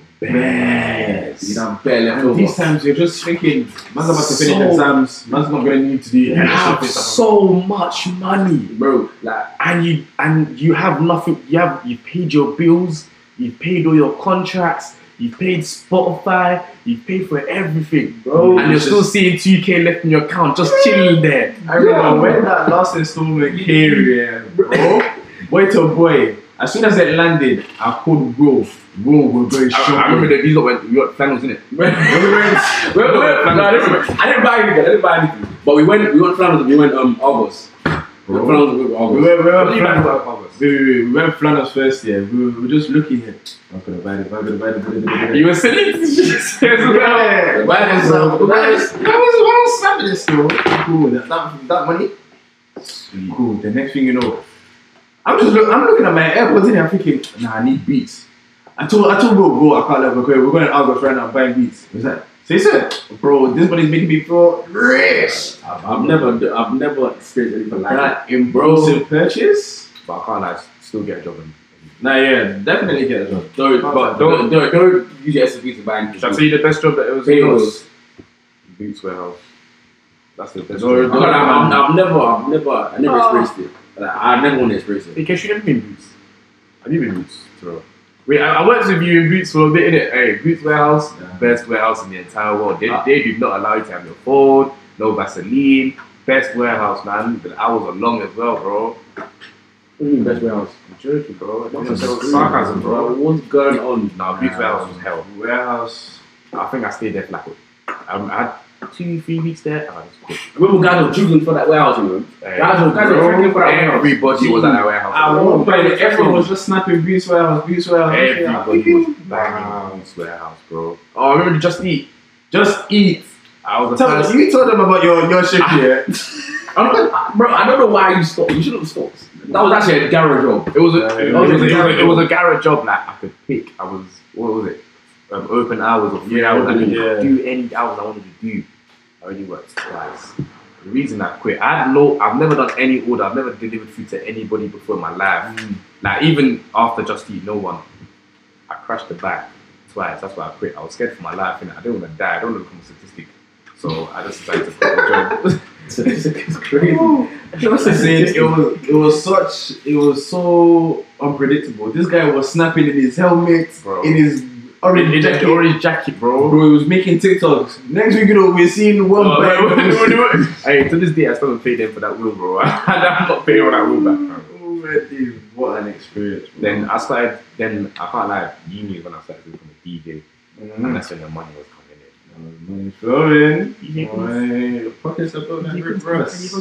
C: You
A: Best.
C: have bare left
A: And
C: over.
A: these times you're just thinking, man's about to finish
B: So-
A: exams, man's not gonna need to do
B: You
A: any
B: have
A: of this stuff.
B: so much money,
C: Bro, like,
B: and you and you have nothing. You have you paid your bills, you paid all your contracts, you paid Spotify, you paid for everything,
A: Bro,
B: and you're
A: it's
B: still seeing two k left in your account, just chilling there.
A: I remember
C: Yeah.
A: when that last installment came, yeah, bro. boy to boy, as soon as it landed, I called bro. Bro, we're going shopping.
B: that these went we got flannels in it.
C: Wait, wait, wait, wait,
B: Flannel.
C: no, I didn't- I didn't buy anything. I didn't buy anything. But we went, we went flannels. We went um August. We went
A: Bro.
C: flannels. We went
A: We
C: August.
A: went, we went
B: What do you mean by
A: Flanders. Wait, wait, wait. We went Flanders first, yeah. We were, we were just looking here. I'm gonna buy it, I'm gonna buy it, I'm gonna buy it.
B: You were selling as well.
A: yeah.
C: Why does
A: Why
C: um, why
A: does
C: does
A: why does Sam this though? Cool, that, that, that money. Cool. The next thing you know, I'm just look, I'm looking at my AirPods and I'm thinking, nah, I need beats. I told I told bro, bro, I can't let go. We're going to August right now. I'm buying beats. He's like, say sir, bro, this money's making me feel rich.
C: I've, I've never, do- I've never experienced anything like that.
A: That impulsive purchase.
B: But I can't like still get a job. In.
A: Nah, yeah, definitely get a job.
C: Don't, but don't, don't, don't use your SFP to buy
B: Should I
C: anything.
B: tell you the best job that it was?
C: Pay
B: in
C: us.
B: was Boots Warehouse. That's the best
A: Or-
C: I'm
B: job.
C: not- I'm- I've never, I've never, I never
B: Oh.
C: experienced it. Like, I never want to experience it.
B: Hey, Kesh, you never been in Boots? Have you been in Boots? Bro. Wait, I, I worked with you in Boots for a bit, innit? Hey, Boots Warehouse,
A: Yeah.
B: best warehouse in the entire world. They,
C: Ah.
B: they did not allow you to have your phone, no Vaseline. Best warehouse, man. The hours are long as well, bro.
C: Best warehouse.
B: I'm joking, bro.
C: What
B: That's
C: is
B: so
C: this?
B: sarcasm, bro.
C: What's going on?
B: Nah, Boots Warehouse was hell.
A: Warehouse.
B: I think I stayed there for like, um, I had two, three weeks there, Ah, and I just quit.
C: Remember, guys were juggling for that warehouse, you know.
B: Hey,
C: Guys were, guys were
B: bro,
C: freaking for that warehouse.
B: Everybody was at that warehouse.
A: I won't buy it. Everyone was just snapping beats warehouse, beats warehouse.
B: Everybody was banging Boots Warehouse, bro. Oh, I remember Just Eat.
A: Just eat.
B: I was the
A: Tell,
B: first.
A: you told them about your, your shift here.
C: I don't, bro, I don't know why you stopped. You should have stopped. That was actually a garage job.
B: It was, a,
A: Yeah,
B: it,
A: yeah,
B: was a,
C: yeah.
B: it, was a, it was a garage job. Like I could pick. I was what was it? Um, open hours or free
A: Yeah,
B: hours. I could
A: yeah.
B: do any hours I wanted to do. I only worked twice. The reason I quit, I had no. I've never done any order. I've never delivered food to anybody before in my life.
A: Mm.
B: Like even after Just Eat, no one. I crashed the bag twice. That's why I quit. I was scared for my life, and I didn't want to die. I don't want to become a statistic. So I just decided to quit the job.
C: it's crazy.
A: Just to say, it was it was such it was so unpredictable. This guy was snapping in his helmet,
B: Bro.
A: in his
B: In-
A: orange
B: in that
A: jacket.
B: Orange jacket, bro.
A: Bro, he was making TikToks. Next week, you know, we're seeing one
B: Oh,
A: by
B: wait,
A: one.
B: wait, wait, wait, wait. Hey, to this day, I still haven't paid them for that wheel, bro. and I'm not paying for that wheel back. bro.
A: Oh, man, dude, What an experience. bro.
B: Then I started. Then I can't lie. Uni is when I started becoming a DJ, and
A: Mm.
B: that's when the money was coming in.
A: Money flowing. My pockets are blowing that rip rust.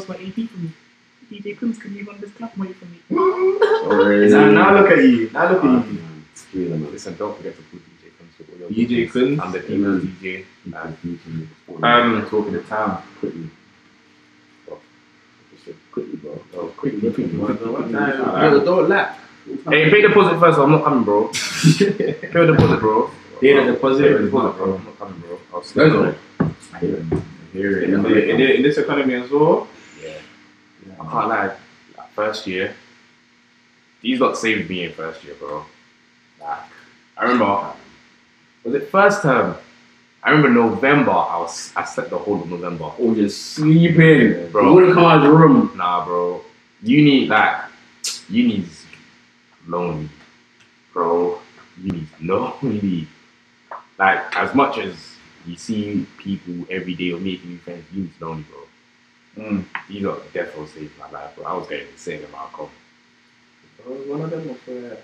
D: DJ Coombs, can you run this club away from me?
A: Now, now look at you. Now look
B: Ah.
A: at you.
B: Listen, don't forget to put DJ Kunz for all your
A: DJ
C: E
B: bookings.
A: Kunz.
B: I'm the
C: Amen.
B: people's DJ. Um,
A: Talking to Tam.
C: quickly. so quickly, bro.
B: Oh, quickly, quickly.
A: Yo, don't laugh.
B: Hey, pay deposit first. I'm not coming, bro. pay deposit, bro.
A: They had a deposit
B: Pay
A: or it's not,
B: bro.
A: bro?
B: I'm not coming, bro. I'll
C: Go,
B: sleep.
C: go.
A: I hear it. I hear it. In, the, in, the, in this economy as well,
B: Yeah. I can't lie. Like, first year, these lot saved me in first year, bro. Like, I remember, was it first term? I remember November. I was I slept the whole of November.
C: Or just sleeping,
B: Bro.
C: bro. Wouldn't come out of the room.
B: Nah, bro. Uni, like, uni's lonely, bro. Uni's lonely. Like, as much as you see people every day or making new friends, uni's lonely, bro.
A: Mm.
B: You got definitely saved my life, bro. I was getting insane in my alcohol.
A: I was one of them for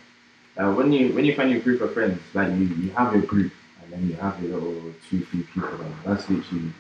A: uh, when you when you find your group of friends, like you, you have your group and then you have your little two, three people. And that's literally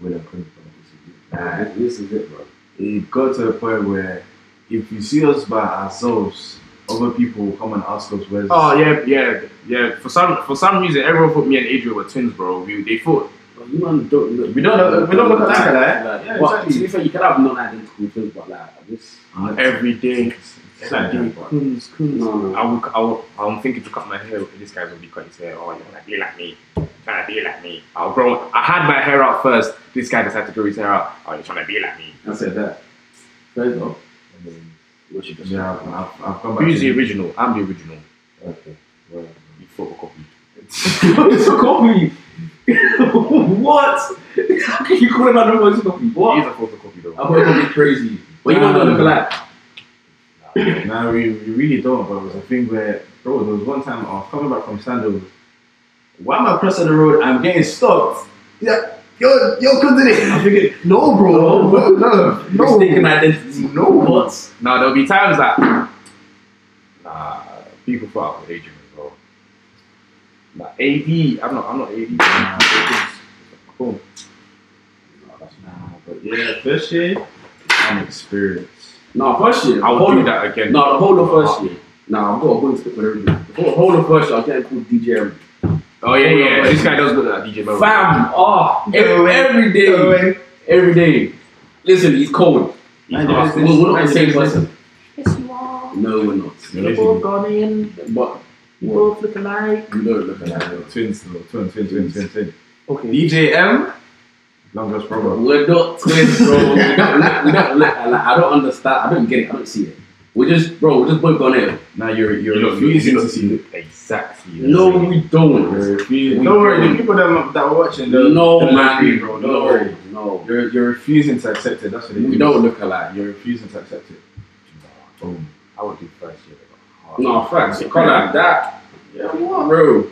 A: where I'm coming from. basically. Like,
C: This is it, bro.
A: it got to a point where if you see us by ourselves, other people will come and ask us where's
B: Oh yeah, yeah, yeah. For some for some reason, everyone thought me and Adrian were twins, bro. We, they thought
C: But you man don't look.
A: We don't look- we don't look alike, eh?
C: Like,
A: Yeah,
C: but
A: exactly.
C: to be fair, you can have non-identical twins, but like, I just
B: every day.
A: It's like that, bro.
C: no, no.
B: I will, I will, I'm thinking to cut my hair. This guy's gonna be cutting his hair. Oh, you wanna be like me? Trying to be like me? Oh, bro, I had my hair out first. This guy decided to grow his hair out. Oh, you trying to be like me?
C: I said that. First off,
A: And then,
C: what you just
A: yeah, I've, I've come back.
B: Who's the
A: to-
B: original? I'm the original.
A: Okay. Well,
B: You photocopied.
C: it's a copy. what? How can you call him another voice copy?
B: He's
C: What?
B: a photocopy
C: I
B: though.
C: thought it would be crazy. What you want to look like?
A: No, we, we really don't, but it was a thing where, bro, there was one time I was coming back from Sandals. Why am I crossing the road? I'm getting stopped. Yeah, yo, yo, come to this. I'm thinking, no, bro, no, no, no,
C: Mistaken identity.
A: no.
C: What?
B: Now there'll be times that nah, people thought I was Adrian, bro. Nah, AD, I'm not, I'm not AD. Nah, it's-
A: Boom. Nah, but yeah, first year, an experience.
C: No, first year.
B: I
C: the
B: would
C: whole
B: do that again.
C: No, the whole of first year. Nah, I've got a bonus clip for everything. The whole- whole of first year, I was getting called DJ. every-
B: Oh yeah,
C: Hold
B: yeah.
C: on,
B: This
C: wait.
B: guy does look like DJ Melvin.
C: Fam, oh,
A: Go
C: every,
A: away.
C: every day, every day. Listen, he's cold.
B: He's
A: Mind your
B: nasty.
C: We're
A: business.
C: we're not the
A: Mind
C: same
A: your
C: person.
D: Yes, you are.
C: No, we're not.
D: You're both Ghanaian.
C: But
D: You
C: What?
D: both look alike.
C: you don't look
A: Yeah,
C: alike.
A: twins, though. Twin, twin, twin, twin, twin.
C: Okay.
A: DJM, longest program.
C: We're not twins, bro. we don't like, we don't like, like, I don't understand. I don't get it. I don't see it. We're just, bro, we're just both gone here.
A: Now you're
B: You
A: you're
B: look, you
A: refusing
B: look,
A: to see it.
B: exactly. the
C: No,
B: same.
C: we don't.
A: You're refusing.
C: We
A: Don't worry,
C: don't.
A: the people that are, that are watching, they'll-
C: No,
A: they'll agree,
C: man.
A: bro. Don't worry.
C: No, no.
A: You're, you're refusing to accept it. That's what it
C: We
A: is.
C: don't look alike.
A: You're refusing to accept it. Boom.
B: I would do first year. but hard.
C: No, facts. You can't have that.
A: Yeah.
C: Bro.
D: Um,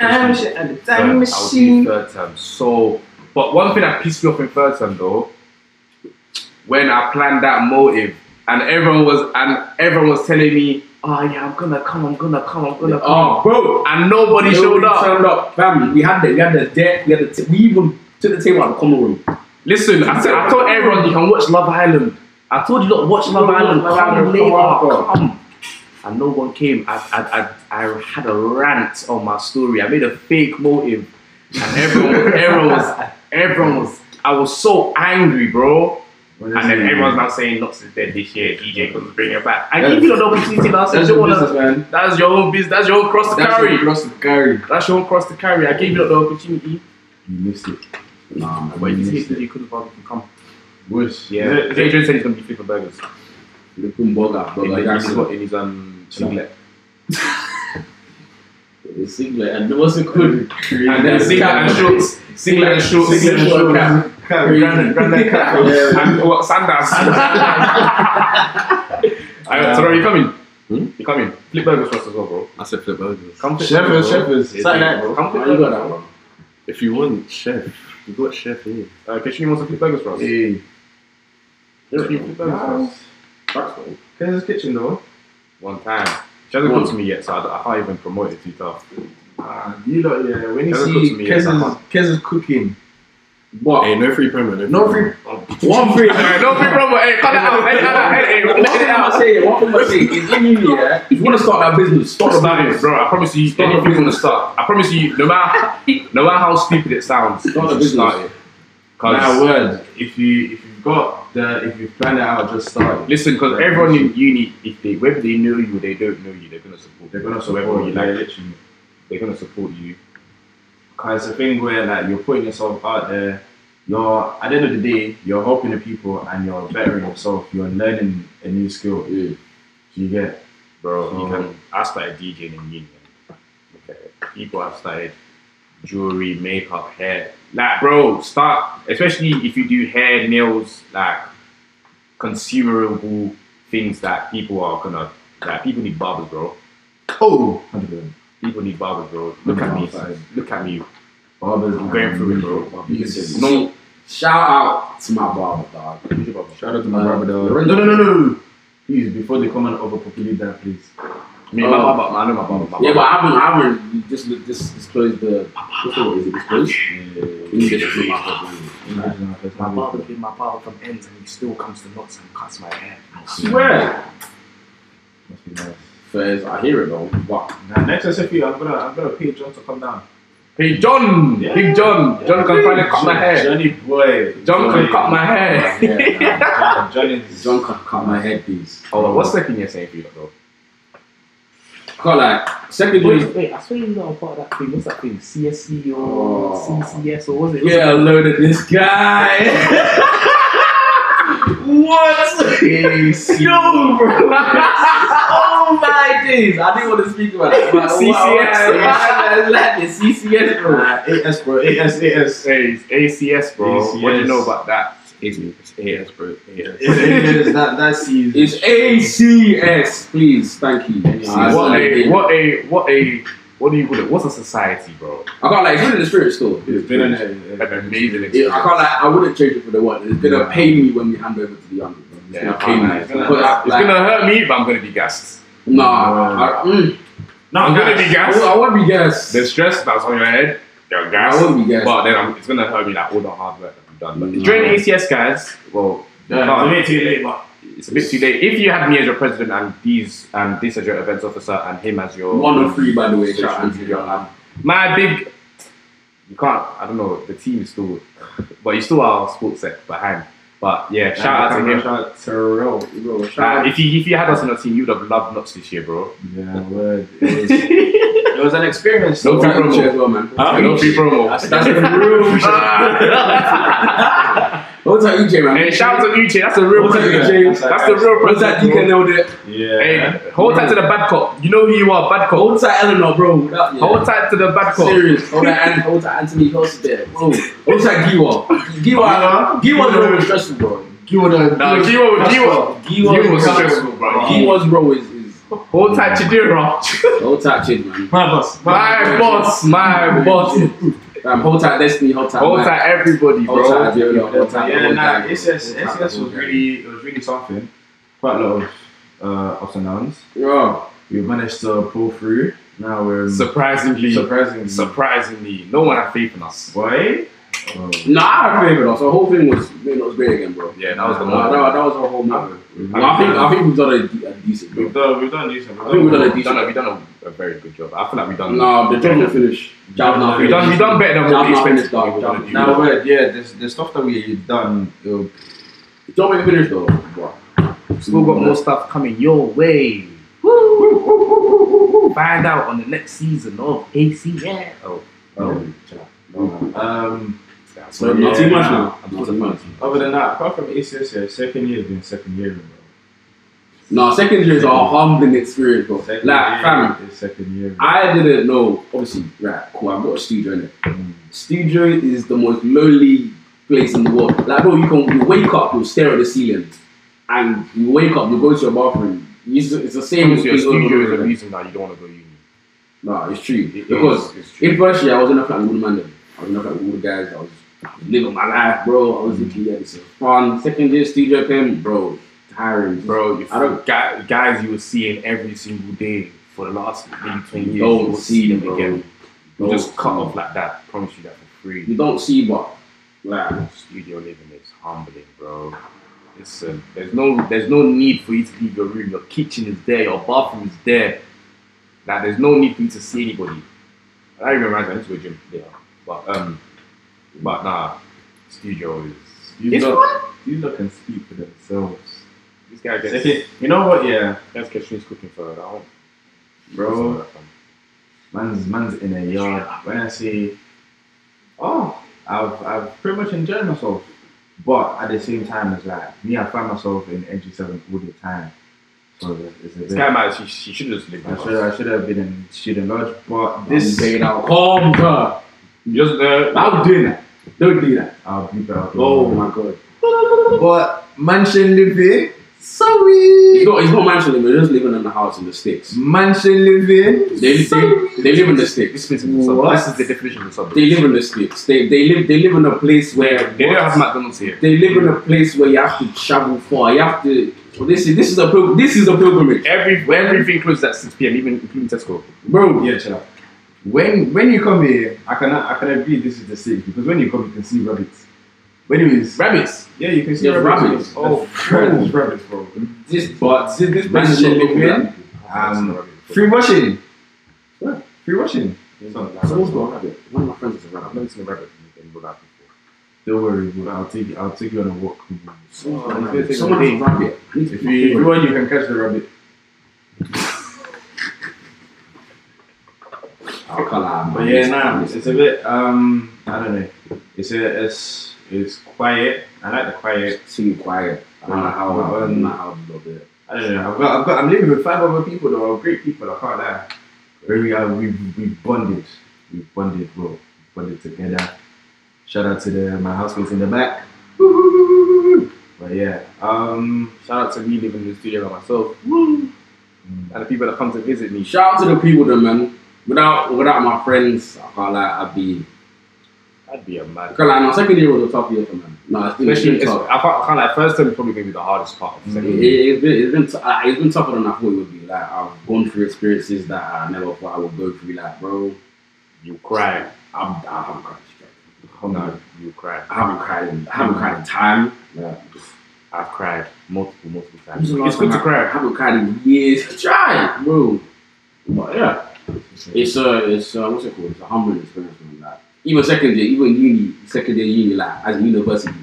B: Especially third- I would do Third term. So, but one thing that pissed me off in third term though, when I planned that motive, and everyone was and everyone was telling me, "Oh yeah, I'm gonna come, I'm gonna come, I'm gonna
C: Oh,
B: come,"
C: bro.
B: and nobody showed up.
C: Turned up. Fam, we had the, we had the deck, we had the, t- we even took the table out of the common room.
B: Listen, I, said, I told everyone you can watch Love Island. I told you not watch Love
C: Love
B: Island.
C: Island,
B: Come
C: come
B: later,
C: on,
B: come. And no one came. I, I, I, I had a rant on my story. I made a fake motive, and everyone, everyone was, everyone was. I was so angry, bro.
A: What
B: And then
C: Mm.
A: is it?
B: everyone's now saying Knox is dead this year. DJ couldn't bring it back. I give you an opportunity now. So
C: That's
B: you
C: your
B: wanna,
C: business, man.
B: that's your own business. That's your own cross to
C: That's
B: carry.
C: your cross to carry.
B: that's your own cross to carry. I gave you the opportunity,
A: You missed it.
C: Nah, man.
B: but you
A: missed
B: see,
A: it.
B: DJ couldn't fucking come.
A: Wish.
B: Yeah, Adrian said he's gonna be flipping burgers.
C: The Kumboga, Boga
B: in, his- in his,
C: Jackson.
B: what, in his um
A: Singlet.
B: singlet.
C: The singlet. And what's it called?
B: And then singlet and shorts. Singlet and shorts.
C: Singlet and shorts.
B: cap. Grand- grand cap.
A: Yeah.
B: And what sandals. I got Terrell, you coming?
C: Hmm?
B: You coming? Flip burgers for us as well, bro.
E: I said flip burgers.
B: Come flip
A: Shepherds,
B: burgers, bro.
A: shepherds.
B: It's
A: Saturday
B: like,
A: night, bro.
B: Come
C: How
B: flip
C: you got
B: burgers,
C: that
B: bro.
C: one?
E: If you want chef, you got chef here.
B: Uh, Keshini wants to flip burgers for us.
A: Hey.
B: Keshini, flip burgers for us.
A: Ken's kitchen though.
B: One time. She hasn't cooked
C: One.
B: to me yet, so I, don't- I can't even promote it too tough.
A: Ah, you lot, yeah. When you
B: Ken's
A: see
B: cooked me, yes, I
A: Ken's
B: can't.
A: Ken's cooking,
E: Hey,
C: What?
E: no free promo.
C: No free. One free.
B: Alright, no free promo. Hey, cut that out. Hey, cut that out. Hey, hey,
C: One
B: cut
C: thing
B: it
C: I
B: out.
C: say, one thing I say, is in India, yeah, if you want to start that business, start a
B: Start it,
C: business.
B: bro. I promise you,
C: Start a
B: anything from the
C: business.
B: start. I promise you, no matter no matter how stupid it sounds,
C: Start a
B: you should
C: business.
B: start it.
A: Nah,
B: Cause
A: word. If you if you've got that if you plan it out, just start. it.
B: Listen, because everyone in uni, if they whether they know you or they don't know you, they're gonna support.
A: They're
B: you.
A: gonna
B: Whether
A: support
B: you
A: you,
B: like
A: like
B: it,
A: literally.
B: they're gonna support you.
A: Cause it's a thing where like you're putting yourself out there. You're at the end of the day, you're helping the people and you're bettering yourself. You're learning a new skill.
C: Mm.
A: You get
B: Bro, you
A: Um,
B: can, I started DJing in uni. man. Okay. People have started jewelry, makeup, hair. Like, bro, start, especially if you do hair, nails, like consumerable things that people are gonna, like, people need barbers, bro.
A: oh,
B: People need barbers, bro. Look at me. Look at me.
A: barbers.
B: I'm going
A: man.
B: through it, bro.
C: You can say-
B: No,
C: Shout out to my barber, dog.
A: Shout out to my brother.
C: You're
A: dog.
C: in
A: No,
C: the-
A: no, no, no, no. Please, before they come and overpopulate that place.
B: me,
C: Oh.
B: my barber, I know my barber. my
C: Yeah, but
B: barber.
C: I haven't, I haven't just just disclosed the. What's the word? Is it disclosed? We need to get to my husband.
A: Imagine that first
B: My
A: time.
B: barber did my barber from ends and he still comes to knots and cuts my hair.
C: Swear.
A: Must be nice.
C: First, I hear it though. Wow.
A: Nah, next SFU, I'm gonna, I'm gonna pay John to come down.
B: Hey John!
A: Yeah.
B: Big John! John can finally cut my hair.
A: Johnny boy.
B: John
A: Johnny.
B: can cut my hair.
C: Yeah, nah.
A: John, Johnny's
C: John cut, cut my head, please.
B: Oh, what's second year saying for you though?
C: Cut like second place.
D: Wait, wait, I swear you know I'm part of that thing. What's that thing? CSE or
C: Oh.
D: CCS or what's it?
C: Yeah, loaded this guy.
D: What? Yo, bro.
C: oh my days! I didn't want to speak about it. But
B: CCS.
C: Wow, like the CCS, bro.
A: Nah, AS uh, bro, AS, AS.
B: Hey, it's ACS, bro. What do you
A: ACS.
B: know about that?
E: It's AS, bro. AS.
A: It's- that that sees
C: It's ACS, please. Thank you.
A: Nah,
B: what,
C: I
B: a,
C: got
B: what a, what a, what do you call it? What's a society, bro?
C: like it's been in the spirit still.
A: it's been in it.
B: An amazing
C: Yeah,
B: experience.
C: I can't like I wouldn't change it for the one. It's gonna pay me when we hand over to the young. people. It's
B: Yeah,
C: gonna
B: I
C: pay
B: can't
C: me.
B: lie.
C: It's gonna, like,
B: it's gonna hurt me, but I'm gonna be gassed.
C: nah. I, mm,
B: No, I'm gonna be
C: I,
B: gassed.
C: won't- I won't be gassed.
B: The stress that's on your head, you're
C: I
B: gassed.
C: won't be gassed.
B: But then I'm, it's gonna hurt me like all the hard work that I've done. But
C: Mm.
B: during ACS, guys, well, can't-
A: but
B: it's a bit too late. If you had me as your president and these and this as your events officer and him as your
C: one or three, by the way.
B: Station
C: Shout out to
B: leader.
C: your lad.
B: my big, you can't. I don't know. The team is still, but you still are sports set behind. But yeah, shout out to him.
A: Shout out to Terrell.
C: Bro, shout
B: Uh,
C: out.
B: if you if you had us on your team, you'd have loved Knox this year, bro.
A: Yeah, word. It was, it was an experience.
B: No
A: though.
B: free
C: Shout out to
B: promo.
C: as well, man.
B: Huh? No free promo.
C: That's the real. What's that, EJ, man?
B: Hey, shout out to Uche. That's the real
C: What's that,
B: president.
C: EJ?
B: That's the real
C: What's that, DK
B: president. bro.
C: Nelder?
A: Yeah.
B: Hey, hold tight to the bad cop. You know who you are, bad cop.
C: What's that, Eleanor, bro? That, yeah.
B: Hold tight to the bad cop.
C: Serious. Hold that, An- hold that Anthony Costa there. Bro. What's that, Giwa? Giwa. Giwa's role was stressful, bro.
A: Gilda.
B: Nah, Giwa, Giwa, Giwa was stressful, bro.
C: Giwa's role is. is
B: Hold tight to Dira.
C: hold tight, kid, man.
A: My boss.
B: My boss, my boss.
C: Um, hold tight, Destiny. Hold tight.
B: Hold
C: man.
B: tight everybody,
C: Hold
B: bro.
C: tight, Diola. Hold tight.
A: Yeah,
C: hold
A: nah,
C: tight.
A: SS,
C: Hold tight,
A: SS was
C: hold tight.
A: really, it was really something. Quite a lot of uh, ups and downs.
C: Yeah.
A: We managed to pull through. Now we're
B: Surprisingly,
A: surprisingly.
B: surprisingly, no one had faith in us.
A: Boy. Oh,
C: Nah, I agree with us. The whole thing was, it was great again, bro.
B: Yeah, that was the
C: Nah,
B: moment.
C: that, that was our whole moment.
A: we've
C: And I think I think we've done a, de- a decent
A: we've
C: job.
A: done we've done decent.
C: I think we've done a
B: We've
C: decent
B: done, a, we've done a, a very good job. I feel like we've done.
C: No, the job not finished. Job not
B: We've
C: finished.
B: done, we've done better than
C: Job
B: what we
C: not finished,
B: expected.
C: dog.
B: we were
C: Job
B: gonna do.
C: not-
A: Now, word, yeah, this the stuff that we done, uh, it'll-
C: Job ain't finished though. bro.
B: Still got more stuff coming your way. Woo, woo, woo, woo, woo, woo. Find out on the next season of ACL. Oh,
A: Oh. um,
B: that's
C: So
A: Yeah.
C: not too much now.
B: I'm not a fan.
A: other than that, apart from ACS, yeah, second year has been second year, bro.
C: No, second year is a humbling experience, bro. Like,
A: Second
C: fam,
A: year is second year. bro.
C: I didn't know. Obviously, right? Cool. I've got a studio in it.
A: Mm.
C: Studio is the most lonely place in the world. Like, bro, you can you wake up, you stare at the ceiling, and you wake up, you go to your bathroom. It's, it's the same.
B: Your
C: thing over
B: studio
C: and
B: is
C: over
B: the
C: again.
B: reason that you don't want to go to uni.
C: No, it's true.
B: It-
C: Because
B: it's- it's true.
C: in first year, I was in a flat with man. then. I was in a flat with all the guys. I was living my life, bro. I was looking at this is fun. Second year studio came, bro. Tiring, bro.
B: Bro, if
C: I don't-
B: guy, guys you were seeing every single day for the last maybe 20 years,
C: You don't
B: won't
C: see them, bro.
B: again. You
C: Don't
B: just cut
C: see
B: off like that. Promise you that for free.
C: You don't see, but like,
B: Studio living is humbling, bro. It's, uh, there's no there's no need for you to leave your room. Your kitchen is there. Your bathroom is there. Like there's no need for you to see anybody. I even remember I went to a gym. Yeah, but um, but nah, studio is
A: You've
B: It's
A: done, These lot can speak for themselves.
B: This guy gets
A: Okay, you know what? Yeah,
B: that's Kashmir's cooking for her at home.
A: bro. Man's man's in a yard. When I say, oh, I've I've pretty much enjoyed myself, but at the same time, it's like me, I find myself in NG7 all the time. So it's a
B: This
A: bit.
B: guy might she, she should just live
A: I
B: with
A: should
B: us.
A: I should have been in student lodge, but
C: This
A: this
C: taking out Conker.
B: Just uh,
C: I was doing that. Don't do that.
A: I'll be better.
C: Oh my god.
A: But mansion living,
C: He's
A: sorry.
C: not, he's not mansion living, they're just living in the house in the sticks.
A: Mansion living,
C: They, they, they live in the sticks.
B: this is the sub-
A: What?
B: This is the definition of suburb.
C: They live in the sticks. They, they live they live in a place where
B: They don't have McDonald's here.
C: they live in a place where you have to travel far. You have to well, this is this is a pil- this is a pilgrimage.
B: Every where everything closes at six PM, even including Tesco.
C: Bro,
A: Yeah, chill out. When when you come here, I can I can agree this is the same because when you come, you can see rabbits. But anyways,
B: Rabbits.
A: yeah, you can see
C: There's rabbits.
A: rabbits.
B: Oh,
A: there's rabbits, bro.
C: this
A: But see, this
C: man is
A: mansion
C: not looking at
A: living,
C: that.
A: um, free washing,
C: What?
A: free washing.
C: So what's going on? One of my friends is
B: I've
C: around.
B: never seen a rabbit in Rhode Island before.
A: Don't worry, bro, I'll take you. I'll take you on a walk.
C: Someone
A: It's gonna take
C: has
A: a
C: a
A: day.
C: rabbit. I need to
A: If you, if you want, you can catch the rabbit.
C: I'll call her,
A: But
C: man.
A: yeah, nah, it's a bit. Um, I don't know. It's a, it's it's quiet. I like the quiet.
C: She quiet. I don't know how I don't know how to do it.
A: I don't know. I've got, I've got. I'm living with five other people though. Great people. I can't lie. Very. Uh, we we bonded. We bonded, bro. We bonded together. Shout out to the my housemates in the back. Woo-hoo-hoo-hoo-hoo. But yeah. Um.
B: Shout out to me living in the studio by myself Mm. and the people that come to visit me.
C: Shout out to the people though, man. Without without my friends, I can't lie, I'd be
B: That'd be a
C: I
B: mad.
C: can't lie, my second year was a tough year for me. No, it's been, it's
B: Especially, Mm.
C: been
B: it's,
C: tough.
B: I can't, I can't lie, first term is probably going to be the hardest part. Of
C: It,
B: second year.
C: it, has been it's been t- uh, it's been tougher than I thought it would be. Like I've gone through experiences that I never thought I would go through. Like bro,
B: You cry.
C: I'm I haven't cried.
A: Hold on.
B: You cry.
C: I haven't cried. In, I haven't cried in time. Like,
B: I've cried multiple, multiple times. It's
C: it's
B: good to
C: I
B: cry.
C: haven't cried in years. Try, bro. But yeah. It's uh, it's uh, what's it called? It's a humbling experience, man. Like even second year, even uni, second year uni, like as a university,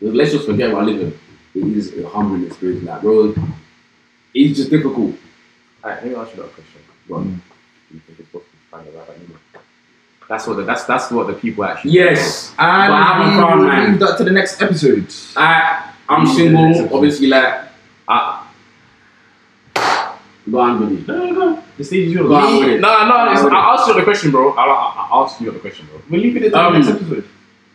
C: let's just forget about living. It is a humbling experience, like bro. It's just difficult.
B: Alright, let me ask you that question.
C: What?
B: Do you think it's possible to find a rabbit anywhere? That's what the, that's that's what the people actually.
C: Yes,
A: And
C: But I haven't
A: we
C: found
A: will
C: mine.
A: leave that to the next episode.
C: I
A: Mm,
C: I'm
A: that's okay.
C: single, obviously. Like
B: I,
C: go on with it.
A: The stage is yours.
C: Go on with
B: no,
C: it.
B: no, it's, I asked you the question, bro. I, I, I asked you the question, bro.
A: We're leaving it to
C: Um,
A: the next episode.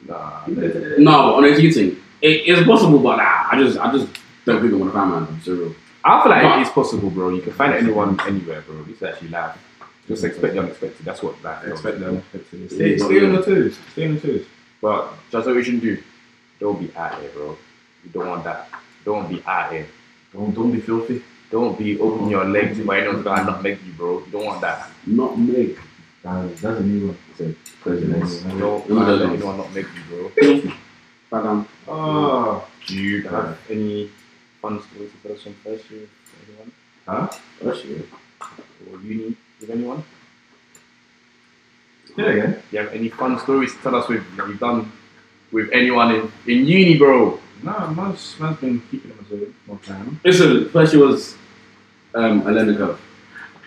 B: Nah.
A: Leave it to the-
C: No, on a thing, it, it's possible, but nah, I just I just don't think I'm gonna find mine. I'm so real.
B: I feel like
C: But-
B: it's possible, bro. You can find anyone anywhere, bro. This is actually life. Just expect the unexpected. That's what life
A: I
B: is.
A: expect them. Stay,
C: Yeah.
A: stay on your toes. Stay on your toes.
B: But that's what we should do. Don't be out here, bro. You don't want that. Don't be out here.
A: Don't don't be filthy.
B: Don't be opening your legs to anyone's gonna not make you, bro. You don't want that.
C: Not make
A: That's, that's a new one.
C: presidents.
B: Don't
C: Who
B: let
C: does?
B: anyone not make you, bro.
C: Fuck
A: Oh,
B: Do you have any fun stories to tell us from first year? Anyone?
C: them.
B: Or uni with anyone?
A: say that again.
B: Do you have any fun stories to tell us with that you've done with anyone in, in uni, bro?
A: No, man's, man's been keeping him as a long time.
C: Listen, first it was um, a learning curve.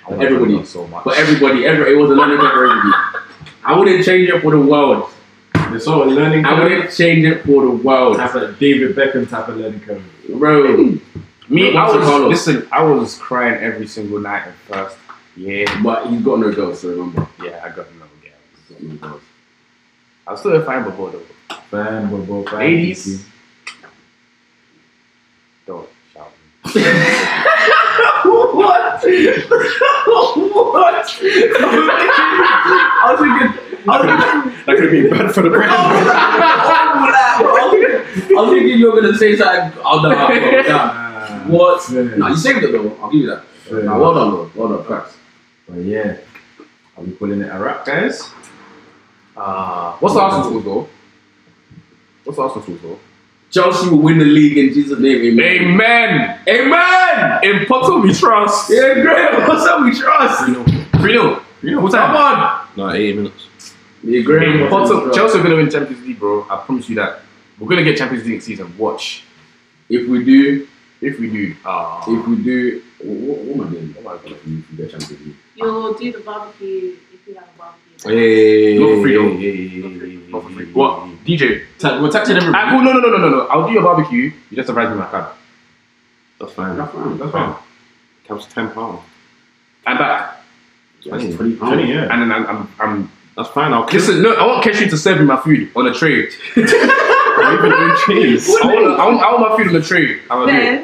B: I wanna
C: Everybody.
B: tell you so much.
C: for everybody. Every, it was a learning curve for everybody. I wouldn't change it for the world.
A: It's all a learning
C: I wouldn't change it for the world,
A: Type of David Beckham type of learning curve.
C: bro.
B: Me,
C: What's
B: I
C: it
B: was
C: called?
B: listen. I was crying every single night in first. Yeah,
C: But he's got no girls, so remember.
B: yeah, I got another girl.
C: He's got no girls.
B: I was still a fine before though.
A: Fan, we're both fan.
B: Ladies, don't shout.
C: what? what? I was thinking. I was thinking.
B: That could be bad for the brand.
C: I was thinking you were gonna say something. Oh no! no, no.
A: Ah,
C: What?
A: fair,
C: No, you saved it though. I'll give you that.
A: fair.
C: Nah, well done, though. Well done, facts.
A: But yeah, are we calling it a wrap, guys?
B: Uh, what's the Arsenal school goal? What's the Arsenal school goal?
C: Chelsea will win the league in Jesus' name. Amen.
B: Amen.
C: Amen.
B: In Potter we trust.
C: Yeah, great. What's up? We trust.
B: Three 0 Full
C: Come
B: time.
C: on.
E: No, eight minutes.
C: Yeah,
B: In
C: Graham
B: Potter,
C: Potter,
B: Chelsea are gonna win Champions League, bro. I promise you that. We're gonna get Champions League next season. Watch.
C: If we do,
B: If we do, ah,
C: if we do, what, what am I doing? What am I gonna do if we get Champions League?
F: You'll do the barbecue if you have a barbecue.
E: Hey,
B: Not for free, though.
E: hey,
B: Not for free. What? DJ,
A: Ta- we're taxing everybody.
B: I, oh, no, no, no, no, no, no. I'll do your barbecue. You just surprise me with my card.
E: That's fine.
C: That's fine.
B: That's fine.
E: That was ten pounds.
B: I'm back.
C: That's twenty pounds.
A: Twenty, yeah.
B: And then I'm, I'm, I'm
E: That's fine. I'll kiss
B: listen. No, I want Keshu to serve me my food on a tray.
E: it.
B: I want, I want, I want my food on a tray. I'm gonna do it.
F: Then,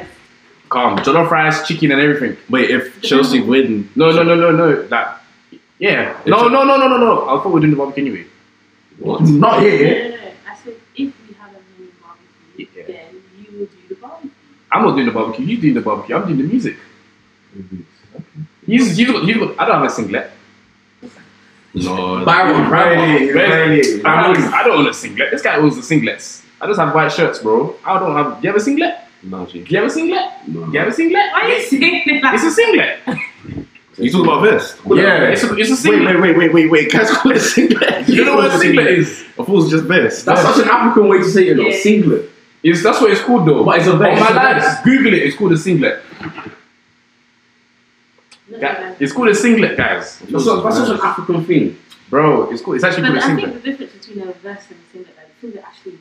B: Calm. Jollof rice, chicken, and everything.
E: Wait, if Chelsea win,
B: No, no, no, no, no. That. Yeah. No, no, no, no, no, no. I thought we are doing the barbecue anyway.
E: what?
A: Not
F: no,
A: here.
F: no, no. I said if we have a mini barbecue,
B: Yeah.
F: then you will do the barbecue.
B: I'm not doing the barbecue. You doing the barbecue. I'm doing the music. He's, he's, he's, I don't have a singlet.
E: No.
C: Byron,
A: Friday,
B: Where's-
A: Friday.
B: I don't, I don't own a singlet. This guy owns the singlets. I just have white shirts, bro. I don't have. Do you have a singlet?
E: Imagine.
B: Do you have a singlet?
C: No.
B: Do you have a singlet?
F: Why are you saying it like
B: It's a singlet.
E: You talk about this?
C: Yeah.
B: It's a, it's a
E: Wait,
B: singlet.
E: wait, wait, wait, wait, wait. Guys, call it a singlet.
B: You know what a singlet is?
E: I thought it was just this.
C: That's such an African way to say it, though.
F: Yeah.
C: Singlet.
B: It's, that's what it's called, though.
C: But it's a
B: Oh
C: vest.
B: my life. Google it. It's called a singlet.
F: No, no,
B: Guy-
F: no.
B: It's called a singlet, guys.
C: That's, such- that's such an African thing.
B: Bro, it's called. It's actually
F: But
B: called a
F: I think
B: singlet.
F: the difference between a vest and a singlet, like, the singlet actually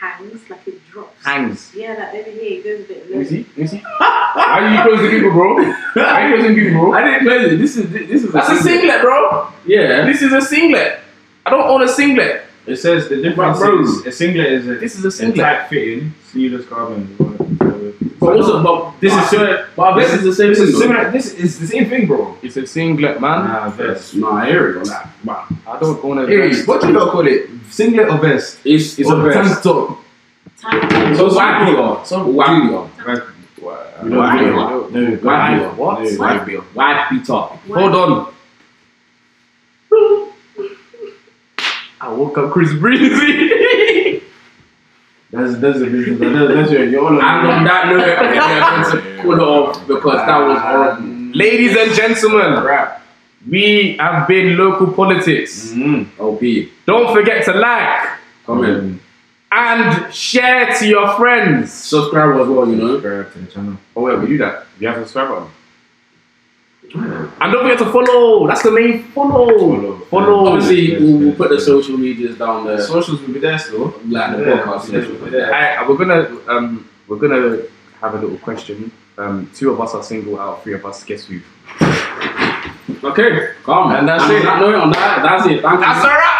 F: hangs, like it drops.
B: Hangs.
F: Yeah, like over here, it goes a bit
B: Let me
F: low.
B: see. Let me see. Why are you closing people, bro? Why are you closing people, bro?
C: I didn't play it. This is this is
B: That's a singlet, bro.
C: Yeah.
B: This is a singlet. I don't own a singlet.
A: It says the difference
B: Bro.
A: is a singlet is a,
B: This is a
A: a
B: singlet.
A: tight fitting, sleeveless garment. But
C: But also, but
A: This
C: this
A: is
C: is similar. But this is the same
A: This
C: thing.
A: is
C: though.
A: similar. This is the same thing, bro.
B: It's a singlet, man.
A: Nah, vest.
C: Nah, here we go. Nah, wow.
B: I don't own a
A: Hey,
B: vest.
A: what do you not call it? Singlet or vest?
C: It's it's
A: Or
C: a
A: vest.
C: tank top.
F: Time.
C: So why we are? So why we are?
A: We don't
C: Why
A: do
C: you
A: it.
C: are?
A: No, we don't
C: Why
A: do
C: you are?
A: it.
B: What?
A: No.
C: Why we are? Why we talk?
B: Hold on. I woke up Chris Breezy.
A: That's that's the business. That's, that's your you're all on
C: And on that note, I'm going to pull off because that was horrible.
B: Ladies and gentlemen,
A: Rap.
B: we have been local politics.
A: Mm.
C: LP,
B: Don't forget to like
C: come in.
B: and share to your friends.
C: Subscribe as well, you know.
A: Subscribe to the channel.
B: Oh, wait, we do that.
A: You have to subscribe button.
B: And don't forget to follow. That's the main follow.
A: Follow.
B: Follow.
C: Obviously,
A: yes,
C: we'll, we'll
A: yes,
C: put the
A: yes.
C: social medias down there, like
A: Socials will be there still.
C: the podcast and everything like that.
B: Alright, we're gonna um, we're gonna have a little question. Um, two of us are single out, of three of us. Guess who?
C: Okay, come.
A: And that's
C: on
A: it.
C: That note, on that, that's it. Thank you.
B: a wrap.